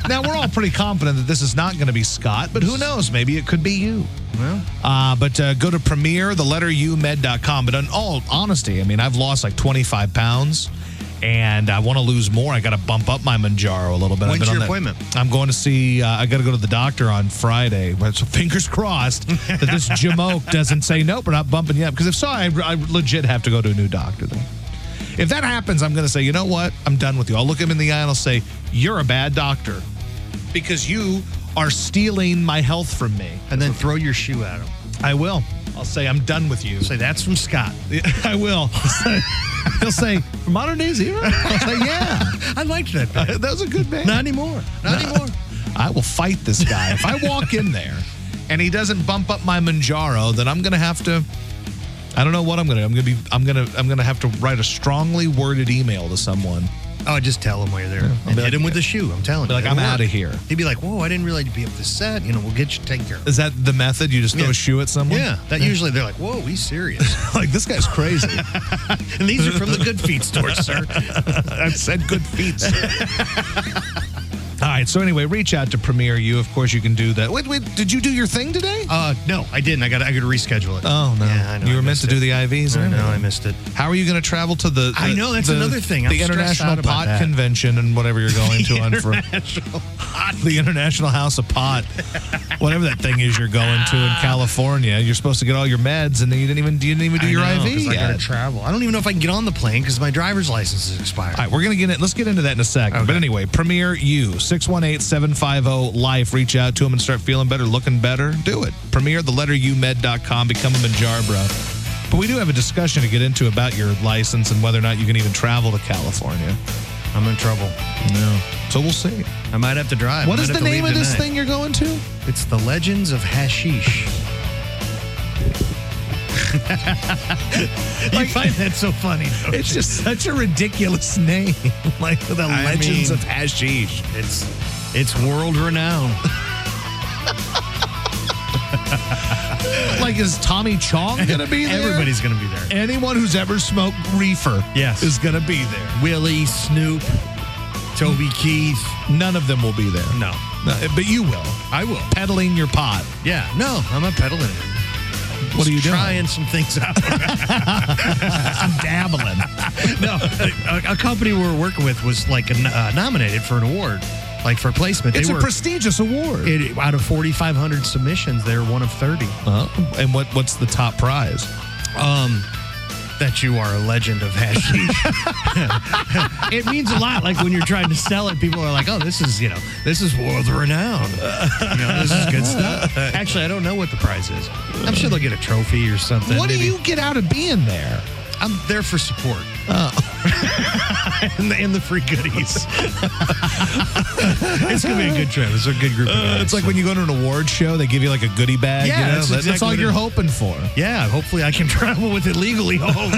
now we're all pretty confident that this is not going to be Scott, but who knows? Maybe it could be you. Well, uh, but uh, go to Premier, the letter U, med.com. But in all honesty, I mean, I've lost like 25 pounds and I want to lose more. I got to bump up my Manjaro a little bit. I've
When's
been on
your
that-
appointment?
I'm going to see, uh, I got to go to the doctor on Friday. Well, So fingers crossed that
[laughs]
this jamoke doesn't say, nope, we're not bumping you up. Because if so, I, I legit have to go to a new doctor then. If that happens, I'm going to say, you know what? I'm done with you. I'll look him in the eye and I'll say, you're a bad doctor because you are stealing my health from me.
and then throw your shoe at him.
I will. I'll say, I'm done with you.
Say that's from Scott.
[laughs] I will. He'll say, from modern days [laughs] era? I'll say, [laughs] yeah.
I liked that. bit.
That was a good band.
Not anymore. Not anymore.
I will fight this guy. If I walk in there and he doesn't bump up my Manjaro, then I'm gonna have to. I don't know what I'm gonna. do. I'm gonna be. I'm gonna. I'm gonna have to write a strongly worded email to someone.
Oh, just tell him while you're there. and
be like-
hit him with the shoe. I'm telling
Be
you.
like,
It'll
I'm
work.
outta here.
He'd be like, "Whoa, I didn't realize you'd be up this set. You know, we'll get you taken care of."
Is that the method? You just throw
Yeah.
a shoe at someone?
Yeah, that usually they're like, "Whoa, he's
[laughs]
serious."
like this guy's crazy.
and these are from the Good Feet
[laughs]
store, sir.
I said good feet. sir. All right. So anyway, reach out to Premier U. Of course, you can do that. Wait, wait. Did you do your thing today?
Uh, no, I didn't. I got. I got to reschedule it.
oh no.
Yeah, I know.
you were
I
meant
missed
to
it.
do the IVs.
I
and
know. I
everything.
missed it.
How are you going to travel to the, the?
I know, that's
the-
another thing. I'm
the
stressed out
international
about
pot
that.
convention and whatever you're going
[laughs]
to on for
International
[laughs] the international house of pot,
[laughs]
whatever that thing is you're going to
Ah.
in California. You're supposed to get all your meds, and then you didn't even you didn't even do
I
your
know, 'cause
IV
I got
yet.
to travel. I don't even know if I can get on the plane because my driver's license is expired.
All right, we're going to get it. Let's get into that in a second. But anyway, Premier U, 618 750 oh, Life. Reach out to him and start feeling better, looking better. Do it. Premier, the letter U, med.com. Become a Manjarbra. But we do have a discussion to get into about your license and whether or not you can even travel to California.
I'm in trouble.
No. So we'll see.
I might have to drive.
What
I
is the
might have to
name
leave
of this
tonight.
thing you're going to?
It's the Legends
[laughs]
of Hashish. I
[laughs]
find that so funny. don't you?
just such a ridiculous name. like the
I mean-
Hashish.
it's it's world renowned.
Like, is Tommy Chong going to
[laughs]
be there?
Everybody's gonna be there.
Anyone who's ever smoked reefer
Yes.
is going to be there.
Willie, Snoop, Toby Keith.
None of them will be there.
No,
No, but you will.
I will.
Peddling your pot.
Yeah, no, I'm a peddling. it.
What are you
Just
doing?
Trying some things out.
[laughs] I'm dabbling.
[laughs] no, a, a company we were working with was like a, uh, nominated for an award, like for placement.
it's
they
a
were
prestigious award.
it, out of 4,500 submissions, they're one of 30.
Uh, and what, what's the top prize?
Um, that you are a legend of hashish. [laughs] it means a lot. Like when you're trying to sell it, people are like, "Oh, this is you know, this is world renowned. You know, this is good stuff." Actually, I don't know what the prize is. I'm sure they'll get a trophy or something.
what
maybe.
do you get out of being there?
I'm there for support.
Oh.
[laughs] and, the, and the free goodies. [laughs] it's gonna be a good trip. It's a good group. Of guys,
Uh, it's like when you go to an award show, they give you like a goodie bag.
Yeah,
you know?
that's
That-
exactly
all
what it
you're
is.
hoping for.
Yeah, hopefully I can [laughs] travel with it legally home.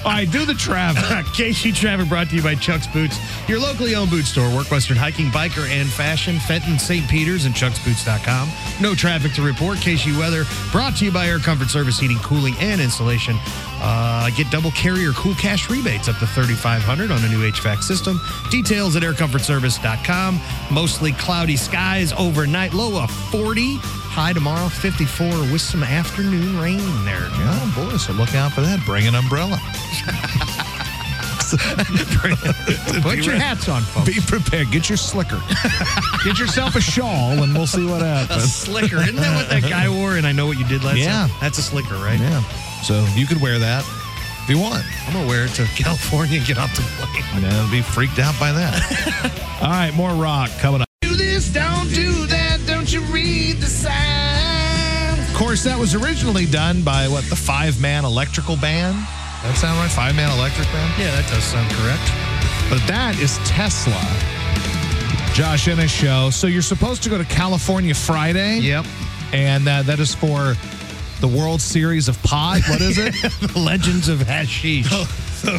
[laughs] All right, do the
[laughs]
travel.
KC Travel brought to you by Chuck's Boots, your locally owned boot store, Workwestern Hiking, Biker, and Fashion, Fenton, St. Peter's, and Chuck'sBoots.com. No traffic to report. KC Weather brought to you by Air Comfort Service Heating, Cooling, and Insulation. Uh, get double carrier cool cash rebates up to 3500 on a new HVAC system. Details at aircomfortservice.com. Mostly cloudy skies overnight, low of 40, high tomorrow 54 with some afternoon rain there.
Oh boy, so look out for that. Bring an
[laughs]
umbrella. [laughs]
Put your hats on, folks.
Be prepared. Get your slicker. [laughs] Get yourself a shawl, and we'll see what
A
happens.
slicker. Isn't that what that
[laughs]
guy wore? And I know what you did last
Yeah.
time? That's a slicker, right?
Yeah. So you could wear that if you want.
I'm going to wear it to California and get off the plane.
You know, be freaked out by that. All right, more rock coming up. Do this, don't do that, don't you read the sign. Of course, that was originally done by what the five man electrical band. That sound right? Five man electric band.
Yeah, that does sound correct.
But that is Tesla. Josh Ennis show. So you're supposed to go to California Friday.
Yep.
And uh, that is for the World Series of Pod. What is [laughs] it?
the [laughs] Legends of [laughs] Hashish.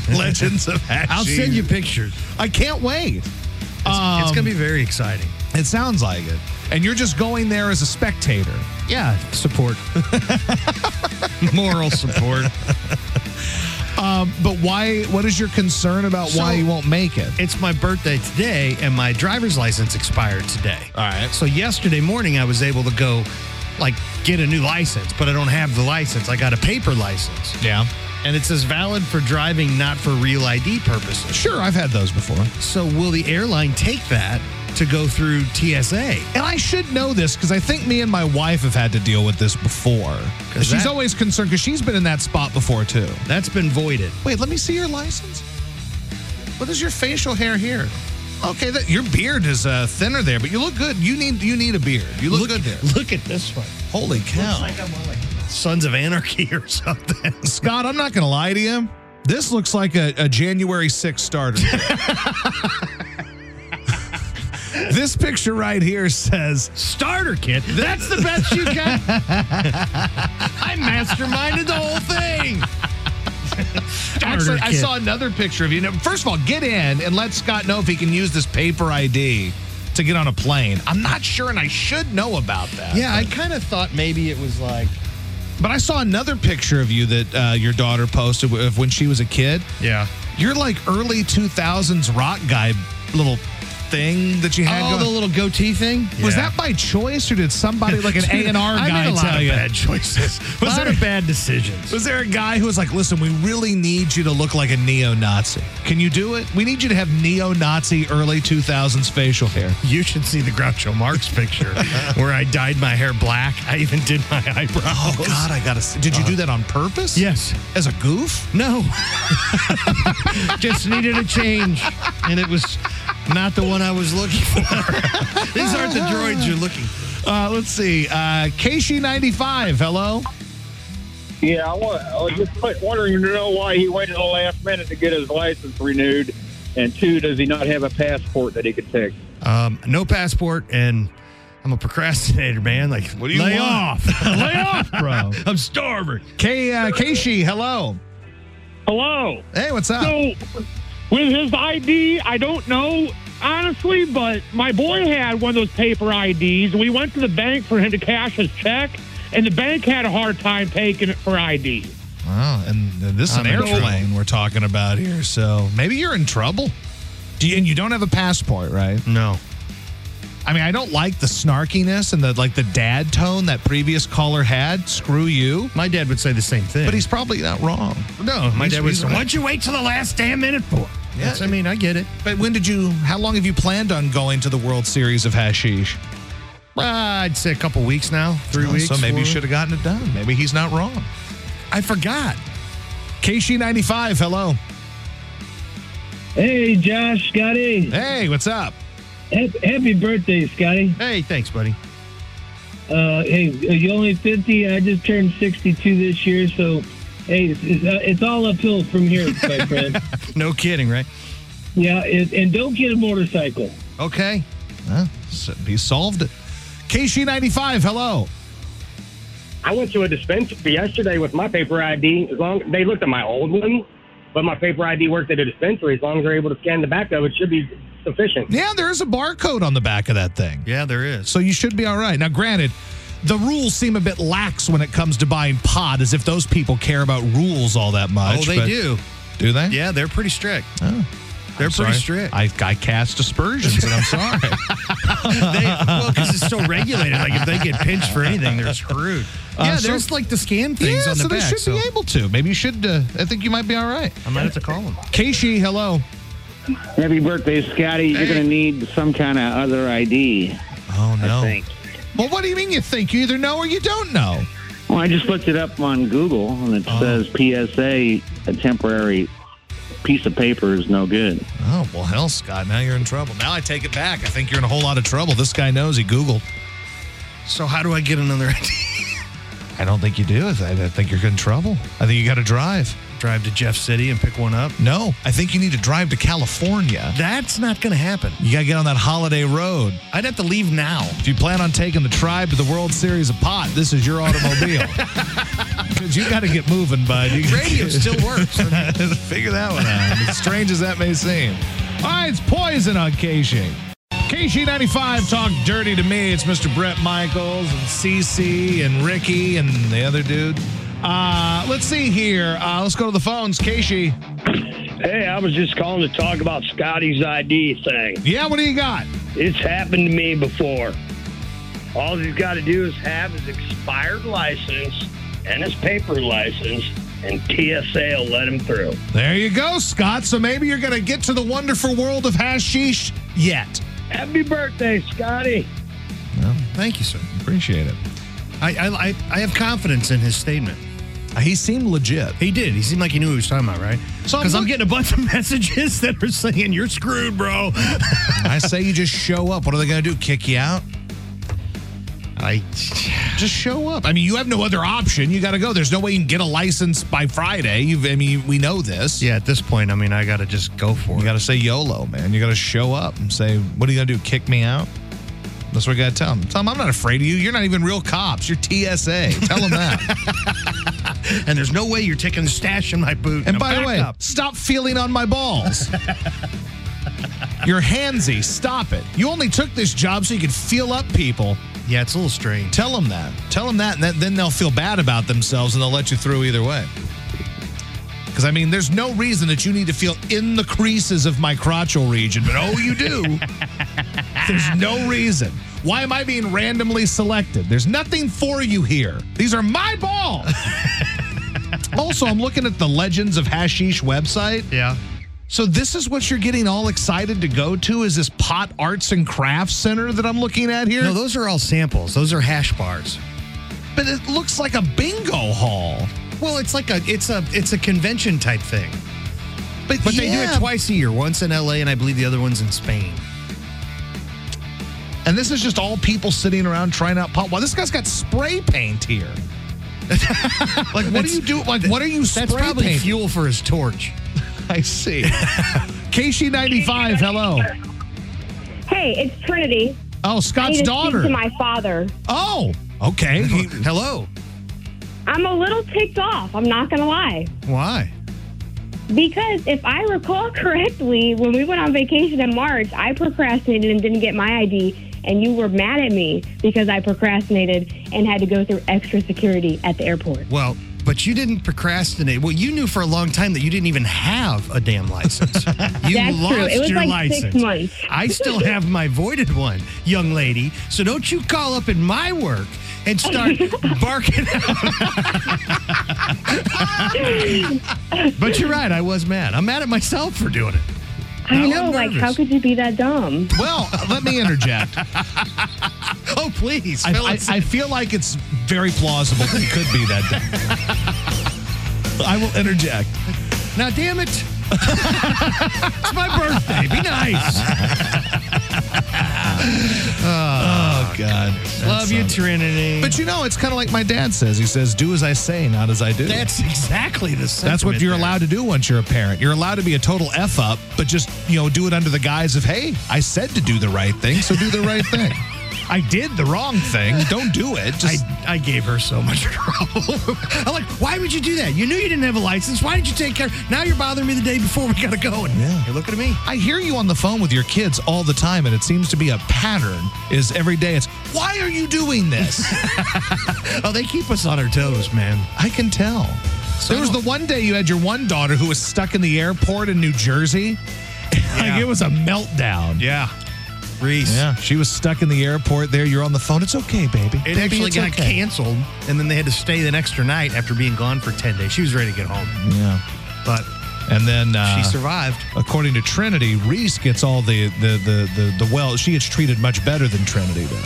Legends of Hashish.
I'll send you pictures.
I can't wait.
It's, it's going to be very exciting.
It sounds like it. And you're just going there as a spectator.
Yeah, support.
[laughs]
Moral support.
Um, But why? What is your concern about
So-
why you won't make it?
It's my birthday today, and my driver's license expired today.
All right.
So yesterday morning, I was able to go, like, get a new license, but I don't have the license. I got a paper license,
Yeah.
and it says valid for driving, not for real ID purposes.
Sure, I've had those before.
So will the airline take that to go through TSA?
And I should know this because I think me and my wife have had to deal with this before.
'Cause
She's
that-
always concerned because she's been in that spot before too.
That's been voided.
Wait, let me see your license. What is your facial hair here? Okay, that, your beard is uh, thinner there, but you look good. You need you need a beard. You look, good
[laughs]
there.
Look at this one.
Holy cow,
Sons of Anarchy [laughs] or something.
Scott! I'm not gonna lie to you. This looks like a, a January 6th starter. [laughs] this picture right here says
Starter kit. That's the best
[laughs]
you got. I masterminded the whole thing. Starter
Actually, I
kit.
saw another picture of you. Now, First of all, get in and let Scott know if he can use this paper ID to get on a plane. I'm not sure, and I should know about that.
Yeah, I kind of thought maybe it was like.
But I saw another picture of you that uh, your daughter posted of when she was a kid.
Yeah.
You're like early 2000s rock guy little thing that you had
Oh,
going.
the little goatee thing.
was that by choice, or did somebody like an A and R
[laughs] I
guy
made a lot
tell
of
you?
bad [laughs] choices. a lot
there-
of bad decisions.
Was there a guy who was like, listen, we really need you to look like a neo Nazi? Can you do it? We need you to have neo Nazi early 2000s facial hair.
You should see the Groucho Marx [laughs] picture where I dyed my hair black. I even did my eyebrows.
Oh, God, I got to see. Did you do that on purpose?
Yes.
As a goof?
No. Just needed a change. And it was not the one I was looking for. These aren't the droids you're looking for.
Uh, let's see. Uh, KC95, hello.
Yeah, I, want, I was just wondering to know why he waited the last minute to get his license renewed, and two, does he not have a passport that he could take?
Um, no passport, and I'm a procrastinator, man. Like, what do you lay
want?
off. [laughs] lay off,
Bro.
I'm starving.
K, uh, Keishi, hello.
Hello.
Hey, what's up?
So, with his ID, I don't know honestly, but my boy had one of those paper IDs. We went to the bank for him to cash his check, and the bank had a hard time taking it for ID.
Wow, and this is an
I'm in
airplane we're talking about here, so maybe you're in trouble. Do you, and you don't have a passport, right?
No.
I mean, I don't like the snarkiness and the like the dad tone that previous caller had. Screw you.
My dad would say the same thing.
But he's probably not wrong.
no, my
he's-
dad would
he's
say,
right.
what'd you wait till the last damn minute for?
Yeah.
Yes, I mean, I get it.
But when did you, how long have you planned on going to the World Series of Hashish?
Uh, I'd say a couple weeks now, three
Oh,
weeks.
So maybe you
four.
should have gotten it done. Maybe he's not wrong.
I forgot.
KC95, hello.
Hey, Josh, Scotty.
Hey, what's up?
Happy birthday, Scotty.
Hey, thanks, buddy.
Uh, hey, are you only 50? I just turned 62 this year, so hey, it's, it's, uh, it's all uphill from here, [laughs] my friend.
No kidding, right?
Yeah, and, and don't get a motorcycle.
Okay.
Huh? He solved it. KC95, hello.
I went to a dispensary yesterday with my paper ID. As long they looked at my old one, but my paper ID worked at a dispensary. As long as they're able to scan the back of it, should be sufficient.
Yeah, there is a barcode on the back of that thing.
Yeah, there is.
So you should be all right. Now, granted, the rules seem a bit lax when it comes to buying pot, as if those people care about rules all that much.
Oh, they
but-
do.
Do they?
Yeah, they're pretty strict. They're
I'm
pretty
sorry.
strict.
I, I cast aspersions, and I'm sorry.
[laughs] they, well, because it's so regulated. Like if they get pinched for anything, they're screwed. yeah,
Uh, so-
there's like the scan things
yeah,
on the
so
back.
they should
so
be able to. Maybe you should. Uh, I think you might be all right.
I might have to call them.
Keishi, hello.
Happy birthday, Scotty. You're going to need some kind of other ID,
Oh
I think.
Well, what do you mean? You think you either know or you don't know?
Well, I just looked it up on Google, and it
Uh-huh.
says PSA, a temporary piece of paper is no good.
Oh well, hell, Scott. Now you're in trouble. Now I take it back. I think you're in a whole lot of trouble. This guy knows he Googled.
So how do I get another [laughs] ID?
I don't think you do. I, I think you're in trouble. I think you got to drive.
drive to Jeff City and pick one up?
No, I think you need to drive to California.
That's not going to happen.
You got to get on that holiday road.
I'd have to leave now.
If you plan on taking the tribe to the World Series of Pot, this is your
[laughs]
automobile. Because you got to get moving, bud. You
Radio [laughs] still works.
Figure that one out. As strange as that may seem. All right, it's poison on KC. KC95 talk dirty to me. It's Mr. Brett Michaels and CC and Ricky and the other dude. Uh, let's see here. Uh, let's go to the phones. KC.
Hey, I was just calling to talk about Scotty's ID thing.
Yeah, what do you got?
It's happened to me before. All he's got to do is have his expired license and his paper license, and TSA will let him through.
There you go, Scott. So maybe you're going to get to the wonderful world of hashish yet.
Happy birthday, Scotty.
Thank you, sir.
Appreciate it.
I, I, I, I have confidence in his statement.
He seemed legit.
He did. He seemed like he knew what he was talking about, right?
So I'm
Because I'm
look-
getting a bunch of [laughs] messages that are saying, you're screwed, bro.
I say you just show up. What are they going to do? Kick you out?
I,
Just show up. I mean, you have no other option. You got to go. There's no way you can get a license by Friday. You've, I mean, we know this.
yeah, at this point, I mean, I got to just go for
You
it.
got to say YOLO, man. You got to show up and say, what are you going to do? Kick me out? That's what you got to tell them. Tell them I'm not afraid of you. You're not even real cops. You're TSA. Tell them that.
and there's no way you're taking the stash in my boot.
and
I'm
by the
back
way,
up.
stop feeling on my
[laughs]
balls. You're handsy. Stop it. You only took this job so you could feel up people.
yeah, it's a little strange.
Tell them that. Tell them that, and that, then they'll feel bad about themselves and they'll let you through either way. Because, I mean, there's no reason that you need to feel in the creases of my crotchal region, but oh, you do.
[laughs]
there's no reason. Why am I being randomly selected? There's nothing for you here. These are my balls. also, I'm looking at the Legends of Hashish website.
Yeah.
So this is what you're getting all excited to go to is this pot arts and crafts center that I'm looking at here?
No, those are all samples. Those are hash bars.
but it looks like a bingo hall.
Well, it's like a it's a it's a convention type thing. But they do
yeah.
it twice a year, once in LA and I believe the other one's in Spain.
And this is just all people sitting around trying out pot. Wow, this guy's got spray paint
[laughs]
here. like, what do you do? Like, what are you
That's
spray
probably
painting?
fuel for his torch.
[laughs] I see. KC95, hello.
Hey, it's Trinity.
Oh,
I need
Scott's
to
daughter.
speak to my father.
oh, okay. He-
Hello.
I'm a little ticked off. I'm not going to lie.
Why?
Because if I recall correctly, when we went on vacation in March, I procrastinated and didn't get my ID, and you were mad at me because I procrastinated and had to go through extra security at the airport.
Well, but you didn't procrastinate. Well, you knew for a long time that you didn't even have a damn [laughs] license. You
That's
lost
true. It was
your
like
license.
six months.
I still have my voided one, young lady. So don't you call up in my work and
[laughs]
start barking [laughs] out. but you're right. I was mad. I'm mad at myself for doing it.
I
Now
know,
I'm
like,
nervous.
how could you be that dumb?
well, let me interject.
[laughs] Oh, please.
I,
fill
I,
us
I feel like it's very plausible that he could be that. dumb. I will interject.
in. now, damn it. it's my birthday. Be [laughs] nice.
Oh, God.
Love you, Trinity.
But you know, it's kind of like my dad says. He says, "Do as I say, not as I do."
that's exactly the same.
That's what you're allowed to do once you're a parent. You're allowed to be a total f up, but just you know do it under the guise of, "Hey, I said to do the right thing, so do the right
[laughs]
thing." I did the wrong thing. Don't do it. Just
I, I gave her so much [laughs] trouble. I'm like, why would you do that? You knew you didn't have a license. Why did you take care? Now you're bothering me the day before we got to go. And
Yeah.
you're looking at me.
I hear you on the phone with your kids all the time, and it seems to be a pattern. Is every day it's, "Why are you doing
[laughs]
this?"
Oh, they keep us on our toes, man.
I can tell. there
I
was the
don't-
one day you had your one daughter who was stuck in the airport in New Jersey. [laughs] like it was a meltdown.
Yeah. Reese.
Yeah, she was stuck in the airport there. You're on the phone. It's okay, baby.
It
Baby,
actually
it's
got
okay.
canceled, and then they had to stay the extra night after being gone for 10 days. She was ready to get home,
Yeah.
but
And then, uh,
she survived.
according to Trinity, Reese gets all the the the the, the well. She gets treated much better than Trinity did.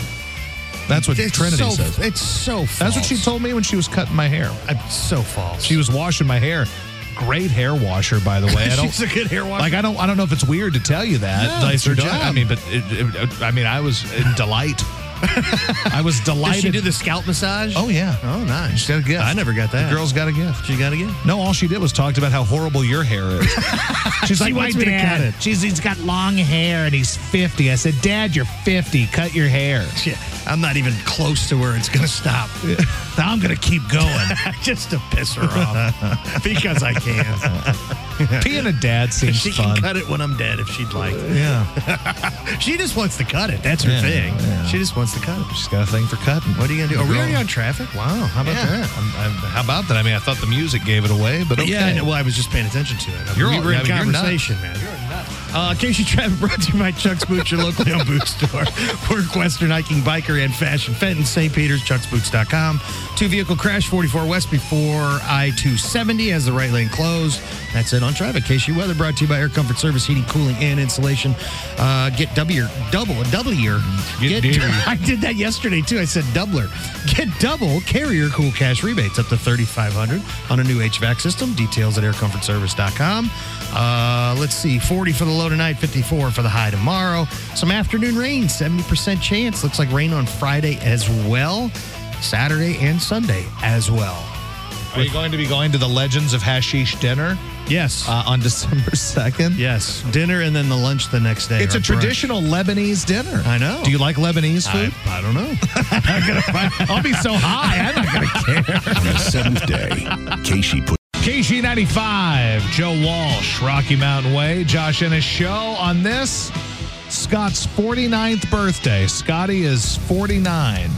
That's what
It's
Trinity
so,
says.
It's so false.
That's what she told me when she was cutting my hair.
I'm so false.
She was washing my hair. Great hair washer, by the way. I don't
[laughs] She's a good hair washer.
like. I don't. I don't know if it's weird to tell you that.
No,
Like,
it's her
don't- I
job. [laughs]
mean, but it, it- I mean, I was in delight. I was delighted.
Did she do the scalp massage?
Oh yeah.
Oh, nice.
She got a gift.
I never got that.
The girl's got a gift.
She got a gift.
No, all she did was talked about how horrible your hair
[laughs]
is. She's
She
like, my
wants me to cut
dad.
it."
She's he's got long hair and he's fifty. I said, Dad, you're fifty. Cut your
[laughs]
hair.
Yeah, I'm not even close to where it's going to [laughs] stop.
I'm gonna keep going.
[laughs] Just to piss her off [laughs] because I [laughs] can.
Being a dad seems
she
fun.
can cut it when I'm dead if she'd like.
Yeah.
[laughs] she just wants to cut it. That's her
Yeah,
thing.
yeah.
She just wants to cut it.
She's got a thing for cutting.
What are you going to do? Are we
Girl.
already on traffic? Wow. How about
Yeah.
that?
I'm- I'm- how about that? I mean, I thought the music gave it away, but okay.
Yeah, I know. well, I was just paying attention to it.
You're
we
all-
were in
I mean, you're nuts.
conversation, man. Uh, Casey Traffic [laughs] brought to you by Chuck's Boots, your locally owned boot store. [laughs] Work Western hiking, biker, and fashion. Fenton, St. Peter's, chucksboots.com. Two vehicle crash, 44 West before I 270 as the right lane closed. That's it on traffic. Casey Weather brought to you by Air Comfort Service, heating, cooling, and insulation. Uh, get W, double, double year.
Get double.
[laughs] I did that yesterday too. I said doubler. Get double carrier cool cash rebates up to 3500 on a new HVAC system. Details at aircomfortservice.com. Uh, let's see, 40 for the low tonight, 54 for the high tomorrow. Some afternoon rain, 70% chance. Looks like rain on Friday as well, Saturday and Sunday as well.
Are you going to be going to the Legends of Hashish dinner
Yes.
uh, on [laughs] December 2nd?
yes. Dinner and then the lunch the next day.
It's
or
a
brunch.
traditional Lebanese dinner.
I know.
Do you like Lebanese
I,
food?
I don't know. [laughs]
I'll be so high. I'm [laughs] not going to care.
On the seventh day, Casey put.
KG95, Joe Walsh, Rocky Mountain Way, Josh Ennis Show on this. Scott's 49th birthday. Scotty is 49.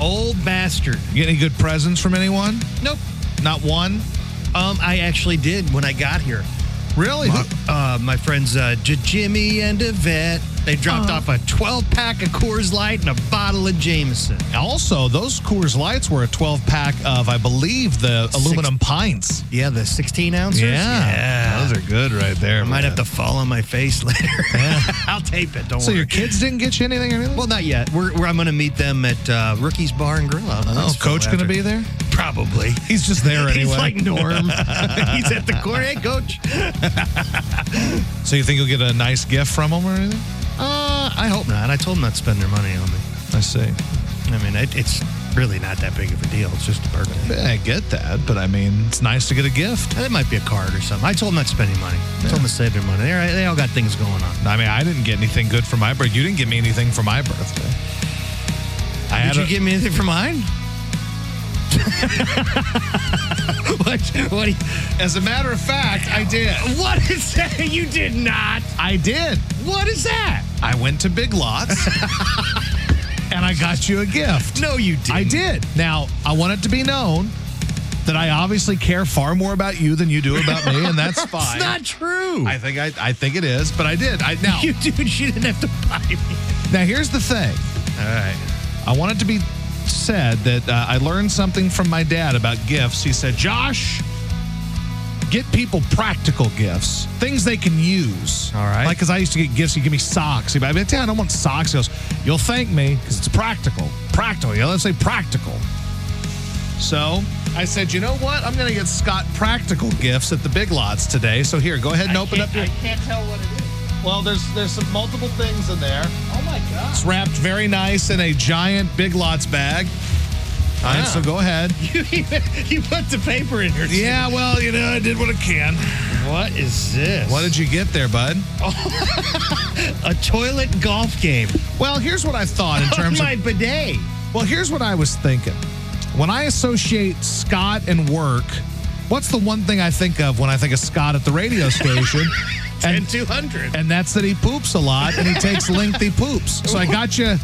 Old bastard.
You get any good presents from anyone?
Nope.
Not one?
Um, I actually did when I got here.
Really?
My, uh, my friends uh, J- Jimmy and Yvette, they dropped off a 12 pack of Coors Light and a bottle of Jameson.
Also, those Coors Lights were a 12 pack of, I believe, the
Six-
aluminum pints.
Yeah, the 16 ounces. Yeah.
Those are good right there.
I might
man.
have to fall on my face [laughs] later. I'll tape it. Don't
So
worry.
your kids didn't get you anything or anything?
Well, not yet. We're, we're, I'm going to meet them at uh, Rookie's Bar and Grill. out in
oh,
Huntsville
coach going to
after-
be there?
Probably.
He's just there anyway.
[laughs] He's
[laughs]
like Norm. He's at the corner. Hey, coach.
so you think you'll get a nice gift from him or anything?
Uh, I hope not. I told them not to spend their money on me.
I see.
I mean, it, it's really not that big of a deal. It's just a birthday.
I get that, but I mean, it's nice to get a gift.
It might be a card or something. I told them not to spend any money. I told them to save their money. They're, they all got things going on.
I mean, I didn't get anything good for my birthday. You didn't get me anything for my birthday. I had
Did you
a-
give me anything for mine? [laughs] what? [laughs] What? do you-
As a matter of fact, I did.
What is that? You did not.
I did.
What is that?
I went to Big
[laughs]
Lots and I got you a gift.
No, you didn't.
I did. Now, I want it to be known that I obviously care far more about you than you do about me, and that's
[laughs] It's
fine.
not true.
I think I, I think it is, but I did. I now
[laughs] you dude, you didn't have to buy me.
now here's the thing.
All right.
I want it to be said that uh, I learned something from my dad about gifts. He said, Josh, get people practical gifts, things they can use.
All right.
Like, because I used to get gifts, he'd give me socks. He'd be like, Dad, I don't want socks. He goes, You'll thank me because it's practical. Practical. Yeah, let's say practical. So I said, You know what? I'm going to get Scott practical gifts at the Big Lots today. So here, go ahead and open up your.
can't tell what it is.
Well, there's there's some multiple things in there.
Oh my god.
It's wrapped very nice in a giant Big Lots bag. All right,
Yeah.
so go ahead.
[laughs] You even you put the paper in here.
Yeah, well, you know, I did what I can.
What is this?
What did you get there, bud?
a toilet golf game?
Well, here's what I thought
[laughs]
in terms
on Oh my
of.
bidet.
Well, here's what I was thinking. When I associate Scott and work, what's the one thing I think of when I think of Scott at the radio station?
[laughs] And two hundred.
and that's that he poops a lot and he takes lengthy poops. So I got you.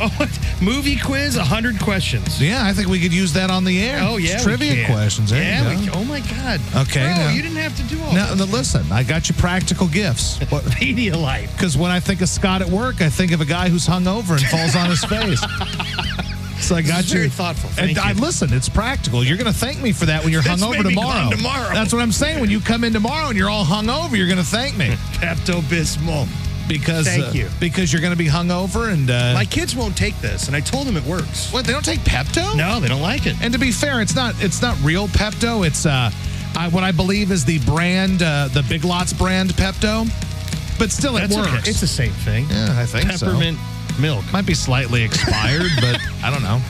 Oh, what? movie quiz, hundred questions.
Yeah, I think we could use that on the air.
Oh yeah,
It's
we
trivia
can.
questions. There
yeah.
you
we
go.
can. oh my god.
Okay,
Bro,
now-
you didn't have to do all
Now,
that.
now listen, I got you practical gifts. What?
Pedialyte.
Because when I think of Scott at work, I think of a guy who's hung over and falls on his face. So I got
is
you.
very thoughtful.
And
Thank
I,
you.
listen, it's practical. You're going to thank me for that when you're
That's
hung over
made me
tomorrow.
glad tomorrow.
That's what I'm saying. When you come in tomorrow and you're all hung over, you're going to thank me
Pepto Bismol.
because
Thank
uh,
you.
because you're going to be hung over and uh,
My kids won't take this, and I told them it works.
what? They don't take Pepto?
No, they don't like it.
And to be fair, it's not it's not real Pepto. It's uh, I, what I believe is the brand, uh, the Big Lots brand Pepto. But still, it
That's
works.
okay. It's the same thing.
yeah, I think so.
Peppermint like milk.
Might be slightly expired, but I don't know.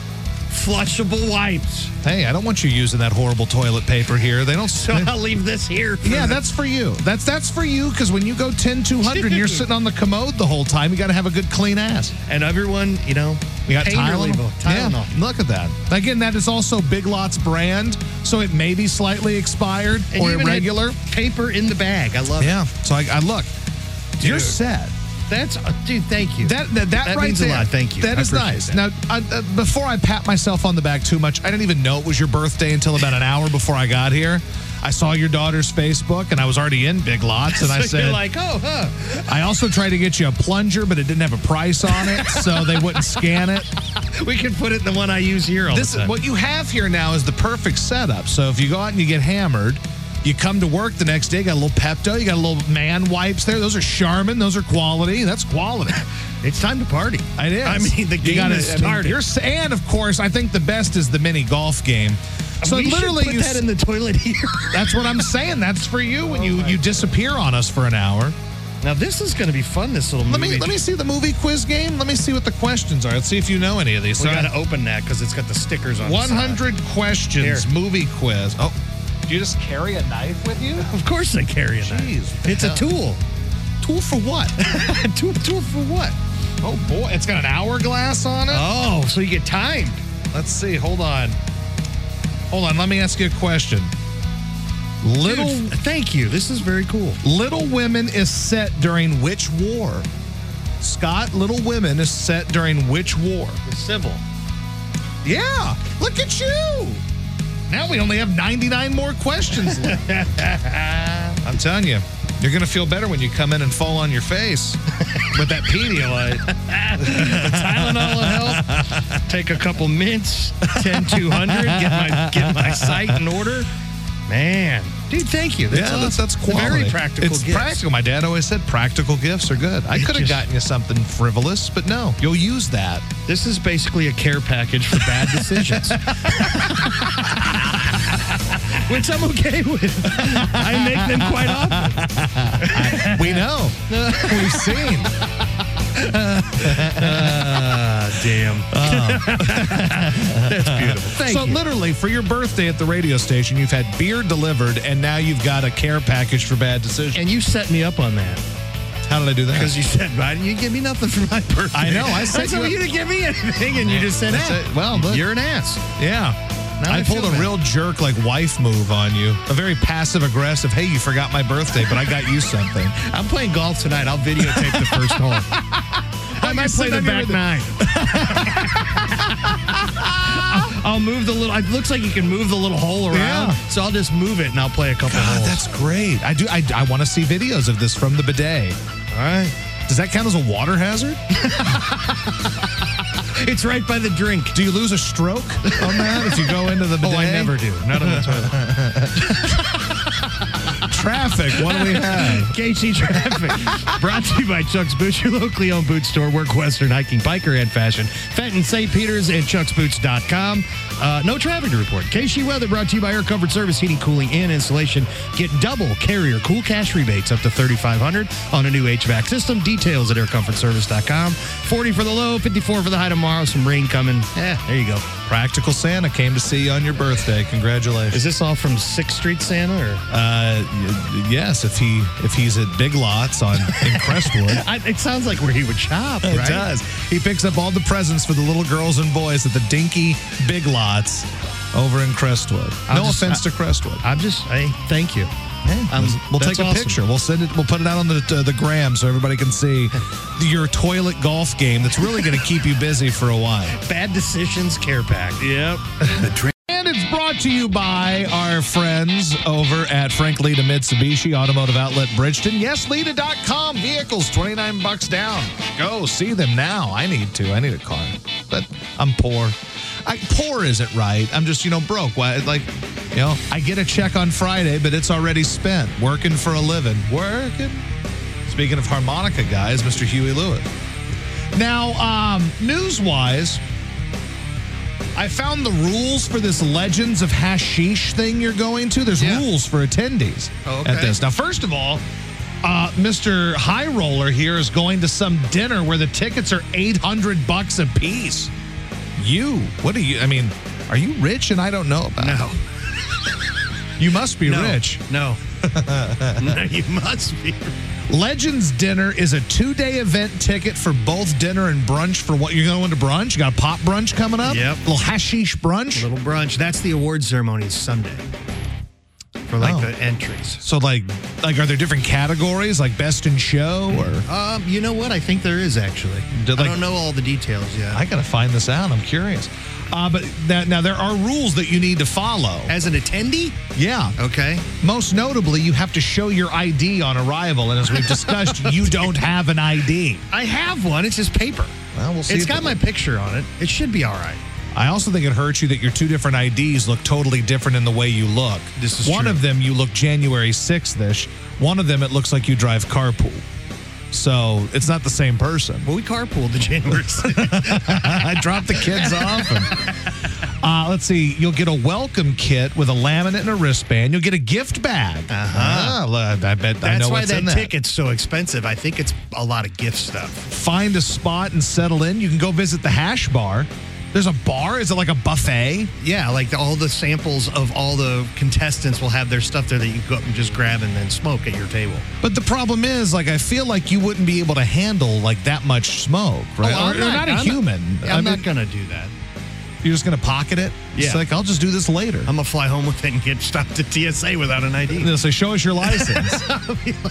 Flushable wipes.
Hey, I don't want you using that horrible toilet paper here. They don't.
So I'll leave this here.
[laughs]
for
Yeah,
the-
that's for you. That's that's for you because when you go 10 200, you're sitting on the commode the whole time. You got to have a good clean ass.
And everyone, you know,
You got
pain
Tylenol.
reliever, Tylenol.
Yeah, look at that. Again, that is also Big Lots brand, so it may be slightly expired
And
or
even had
irregular.
paper in the bag. I love
yeah. So I, I look. You're
Dude.
set.
That's uh, dude. Thank you.
That
[laughs]
that, that, right
means
there,
a lot. Thank you.
That
I
is
appreciate
nice.
that.
Now, I, uh, before I pat myself on the back too much, I didn't even know it was your birthday until about an hour before I got here. I saw your daughter's Facebook, and I was already in Big Lots,
[laughs]
and I
So
said,
you're like, oh, huh.
I also tried to get you a plunger, but it didn't have a price on it, so they wouldn't scan it.
We can put it in the one I use here. All
This
the
is
time.
what you have here now is the perfect setup. So if you go out and you get hammered, you come to work the next day, got a little Pepto, you got a little man wipes there. Those are Charmin, those are quality. That's [laughs] quality.
It's time to party.
It is.
I mean, the
You
game
gotta-
has
I mean,
started.
you're s- and of course, I think the best is the mini golf game. So
we should
literally,
put
you
that in the toilet [laughs] here.
[laughs] that's what I'm saying. That's for you when you you disappear on us for an hour.
now this is going to be fun. This little
Let
movie.
me let me see the movie quiz game. Let me see what the questions are. Let's see if you know any of these.
We
So I-
got to open that because it's got the stickers on. the side.
100 questions
Here.
movie quiz. Oh, do you just carry a knife with [laughs] you?
Of course they carry it.
Jeez.
It's a tool.
Tool for what? [laughs]
tool, tool for what?
oh boy, it's got an hourglass on it.
Oh, so you get timed.
Let's see. Hold on. Hold on. Let me ask you a question. Little
Dude, thank you. This is very cool.
Little Women is set during which war? Scott, Little Women is set during which war?
The civil.
Yeah, look at you. Now we only have 99 more questions [laughs] left. I'm telling you, you're going to feel better when you come in and fall on your face with that Pedialyte.
[laughs] Tylenol will help. Take a couple mints, 10 200, get my, get my site in order. Man. Dude, thank you.
Yeah, that's, that's quality.
Very practical
It's
gifts.
practical. My dad always said practical gifts are good. I
It
could have
just-
gotten you something frivolous, but no, you'll use that.
This is basically a care package for bad decisions. [laughs] Which I'm okay with. I make them quite often. [laughs]
We know. We've seen.
[laughs]
[laughs]
Damn. That's beautiful. [laughs] Thank
so
you.
literally for your birthday at the radio station, you've had beer delivered, and now you've got a care package for bad decisions.
and you set me up on that.
How did I do that?
Because you said, Biden, you give me nothing for my birthday.
I know, I set
said so
you up-
you, didn't give me anything, and you just said,
That's
"Ah,
it. Well, look.
you're an ass.
Yeah.
Now
I,
I
pulled
feel
a
bad.
real jerk, like wife move on you. A very passive aggressive, hey, you forgot my birthday, but I got you something.
I'm playing golf tonight. I'll videotape the first
[laughs]
hole. I might play
sitting
the
on your
back
other-
nine. [laughs] I'll move the little. It looks like you can move the little hole around,
Yeah.
so I'll just move it and I'll play a couple
God,
holes.
Ah, that's great. I do. I, I want to see videos of this from the bidet.
all right.
Does that count as a water hazard? [laughs]
It's right by the drink.
Do you lose a stroke on that if you go into the
[laughs] Oh,
bidet?
I never do.
[laughs]
Not on the toilet.
Traffic. What
[laughs]
do we have?
KC Traffic. Brought to you by Chuck's Boots, your locally owned boot store, work Western hiking, biker, and fashion. Fenton, St. Peter's, and chucksboots.com. Uh, no traffic to report. KC Weather brought to you by Air Comfort Service, Heating, Cooling, and Insulation. Get double carrier cool cash rebates up to 3500 on a new HVAC system. Details at aircomfortservice.com. 40 for the low, 54 for the high tomorrow. Some rain coming. Eh, there you go.
Practical Santa came to see you on your birthday. Congratulations.
Is this all from 6th Street Santa? Or?
Uh, y- yes, if he if he's at Big Lots on
[laughs]
in Crestwood.
I, it sounds like where he would shop,
It
right?
does. He picks up all the presents for the little girls and boys at the dinky Big Lots over in Crestwood.
I'll
no
just-
offense
I-
to Crestwood.
I'm just, hey, thank you. Um,
we'll
that's
take a
awesome.
picture. We'll send it. We'll put it out on the uh, the gram so everybody can see [laughs] your toilet golf game. That's really going to keep you busy for a while.
Bad Decisions Care Pack. Yep.
And it's brought to you by our friends over at Frank Lita Mitsubishi Automotive Outlet Bridgeton. Yes, Lita.com. Vehicles, 29 bucks down. Go see them now. I need to. I need a car. But I'm poor. I, poor isn't right. I'm just, you know, broke. Why, like, you know, I get a check on Friday, but it's already spent. Working for a living. Working. Speaking of harmonica guys, Mr. Huey Lewis. Now, um, news wise, I found the rules for this Legends of Hashish thing you're going to. There's
Yeah.
rules for attendees
Oh, okay.
at this. Now, first of all, uh, Mr. High Roller here is going to some dinner where the tickets are 800 bucks a piece. You, what are you? I mean, are you rich and I don't know about? [laughs] No. you must be
No.
rich. [laughs]
No. no, you must be.
Legends Dinner is a two day event ticket for both dinner and brunch. For what you're going to brunch? You got a pop brunch coming up?
Yep.
little hashish brunch?
Little brunch. That's the award ceremony Sunday for
Oh.
like the entries.
So, like, like are there different categories, like best in show Oh, or?
Um, you know what? I think there is actually.
Did,
I
like-
don't know all the details yet.
I gotta find this out. I'm curious. Uh, but that, now there are rules that you need to follow
As an attendee?
Yeah.
Okay.
Most notably, you have to show your ID on arrival, and as we've
[laughs]
discussed, you don't have an ID.
I have one. It's just paper.
Well, we'll see
It's
if
got
it-
my picture on it. It should be all right.
I also think it hurts you that your two different IDs look totally different in the way you look.
This is
one
true.
of them you look January 6th ish. One of them it looks like you drive carpool. So it's not the same person.
Well, we carpooled
[laughs]
the January 6th.
I dropped the kids off. and- uh, let's see. You'll get a welcome kit with a laminate and a wristband. You'll get a gift bag. Uh-huh. I bet I
That's
know
why
what's
that
in that.
ticket's so expensive. I think it's a lot of gift stuff.
Find a spot and settle in. You can go visit the hash bar. There's a bar. Is it like a buffet?
Yeah, like the, all the samples of all the contestants will have their stuff there that you go up and just grab and then smoke at your table.
But the problem is, like, I feel like you wouldn't be able to handle like that much smoke, right?
Oh, I'm
Or- you're not, a
I'm
human.
I'm
I mean,
not gonna do that.
You're just gonna pocket it. It's
Yeah.
like I'll just do this later.
I'm gonna fly home with it and get stopped at TSA without an
And
ID.
they'll say, "Show us your [laughs] license."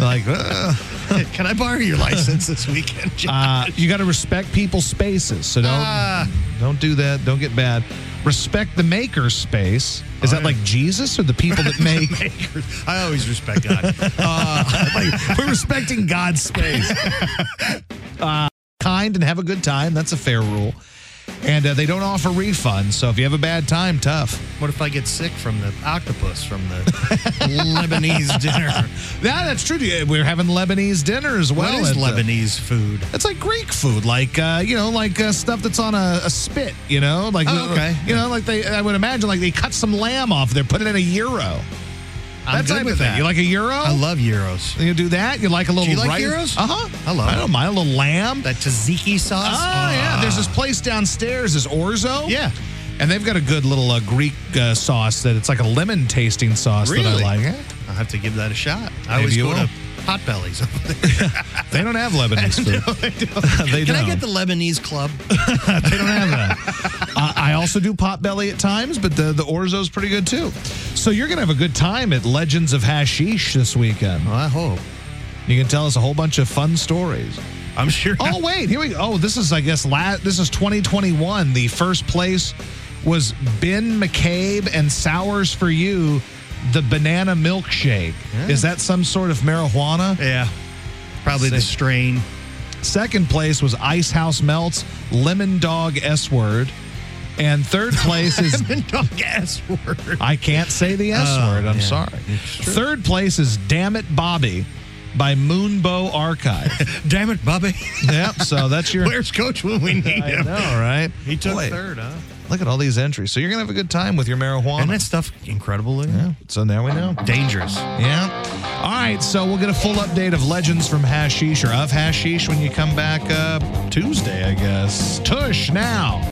like, uh,
[laughs] Can I borrow your license this weekend?
Uh, you got to respect people's spaces. So don't
[laughs] Ah.
don't do that. Don't get bad. Respect the maker's space. Is that like Jesus or the people that make?
Makers. I always respect God. Uh,
[laughs]
like,
We're respecting God's space. [laughs] uh, [laughs] kind and have a good time. That's a fair rule. And uh, they don't offer refunds. So if you have a bad time, tough.
what if I get sick from the octopus from
[laughs]
the Lebanese dinner?
Yeah, that's true. We're having Lebanese dinner as well.
what is
at the-
Lebanese food?
It's like Greek food, like uh, you know, like uh, stuff that's on a, a spit. You know, like
Oh, okay.
you know, like they. I would imagine like they cut some lamb off there, put it in a euro.
I'm
that
good
type
with
of thing.
that.
You like a euro?
I love euros.
You do that? You like a little
you like
rice?
gyros?
Uh huh.
I love
I don't
it.
mind a little lamb.
Oh, That tzatziki sauce.
oh yeah. There's this place downstairs, this Orzo.
Yeah.
And they've got a good little uh, Greek uh, sauce that it's like a lemon tasting sauce that I
Really?
like.
I'll have to give that a shot.
Maybe
I always
you
go
will.
to Hot Bellies. [laughs]
They don't have Lebanese food. [laughs] They
Can I
don't.
get the Lebanese [laughs] club?
They don't have [laughs] that. Uh, I, I also do pot belly at times, but the, the Orzo's pretty good too. So you're going to have a good time at Legends of Hashish this weekend.
I hope.
You can tell us a whole bunch of fun stories.
I'm sure.
Oh, wait, here we go. Oh, this is, I guess, la- this is 2021. The first place was Ben McCabe and Sours for You, the banana milkshake. Is that some sort of marijuana?
Yeah. Probably the
Sick.
strain.
Second place was Ice House Melts, Lemon Dog S Word. And
[laughs]
third place is
Dog ass Oh, word.
I can't say the S
Oh,
word. I'm
yeah.
sorry.
It's true.
Third place is Damn It Bobby by Moonbow Archive.
[laughs] Damn it, Bobby.
yep. So that's your.
[laughs] Where's Coach when we need
I
him?
know, right?
He took
Boy,
third, huh?
Look at all these entries. So you're going to have a good time with your marijuana.
Isn't that stuff incredible? Lou?
yeah. So now we know.
Dangerous.
Yeah. All right. So we'll get a full update of Legends from Hashish or of Hashish when you come back uh, Tuesday, I guess. Tush now.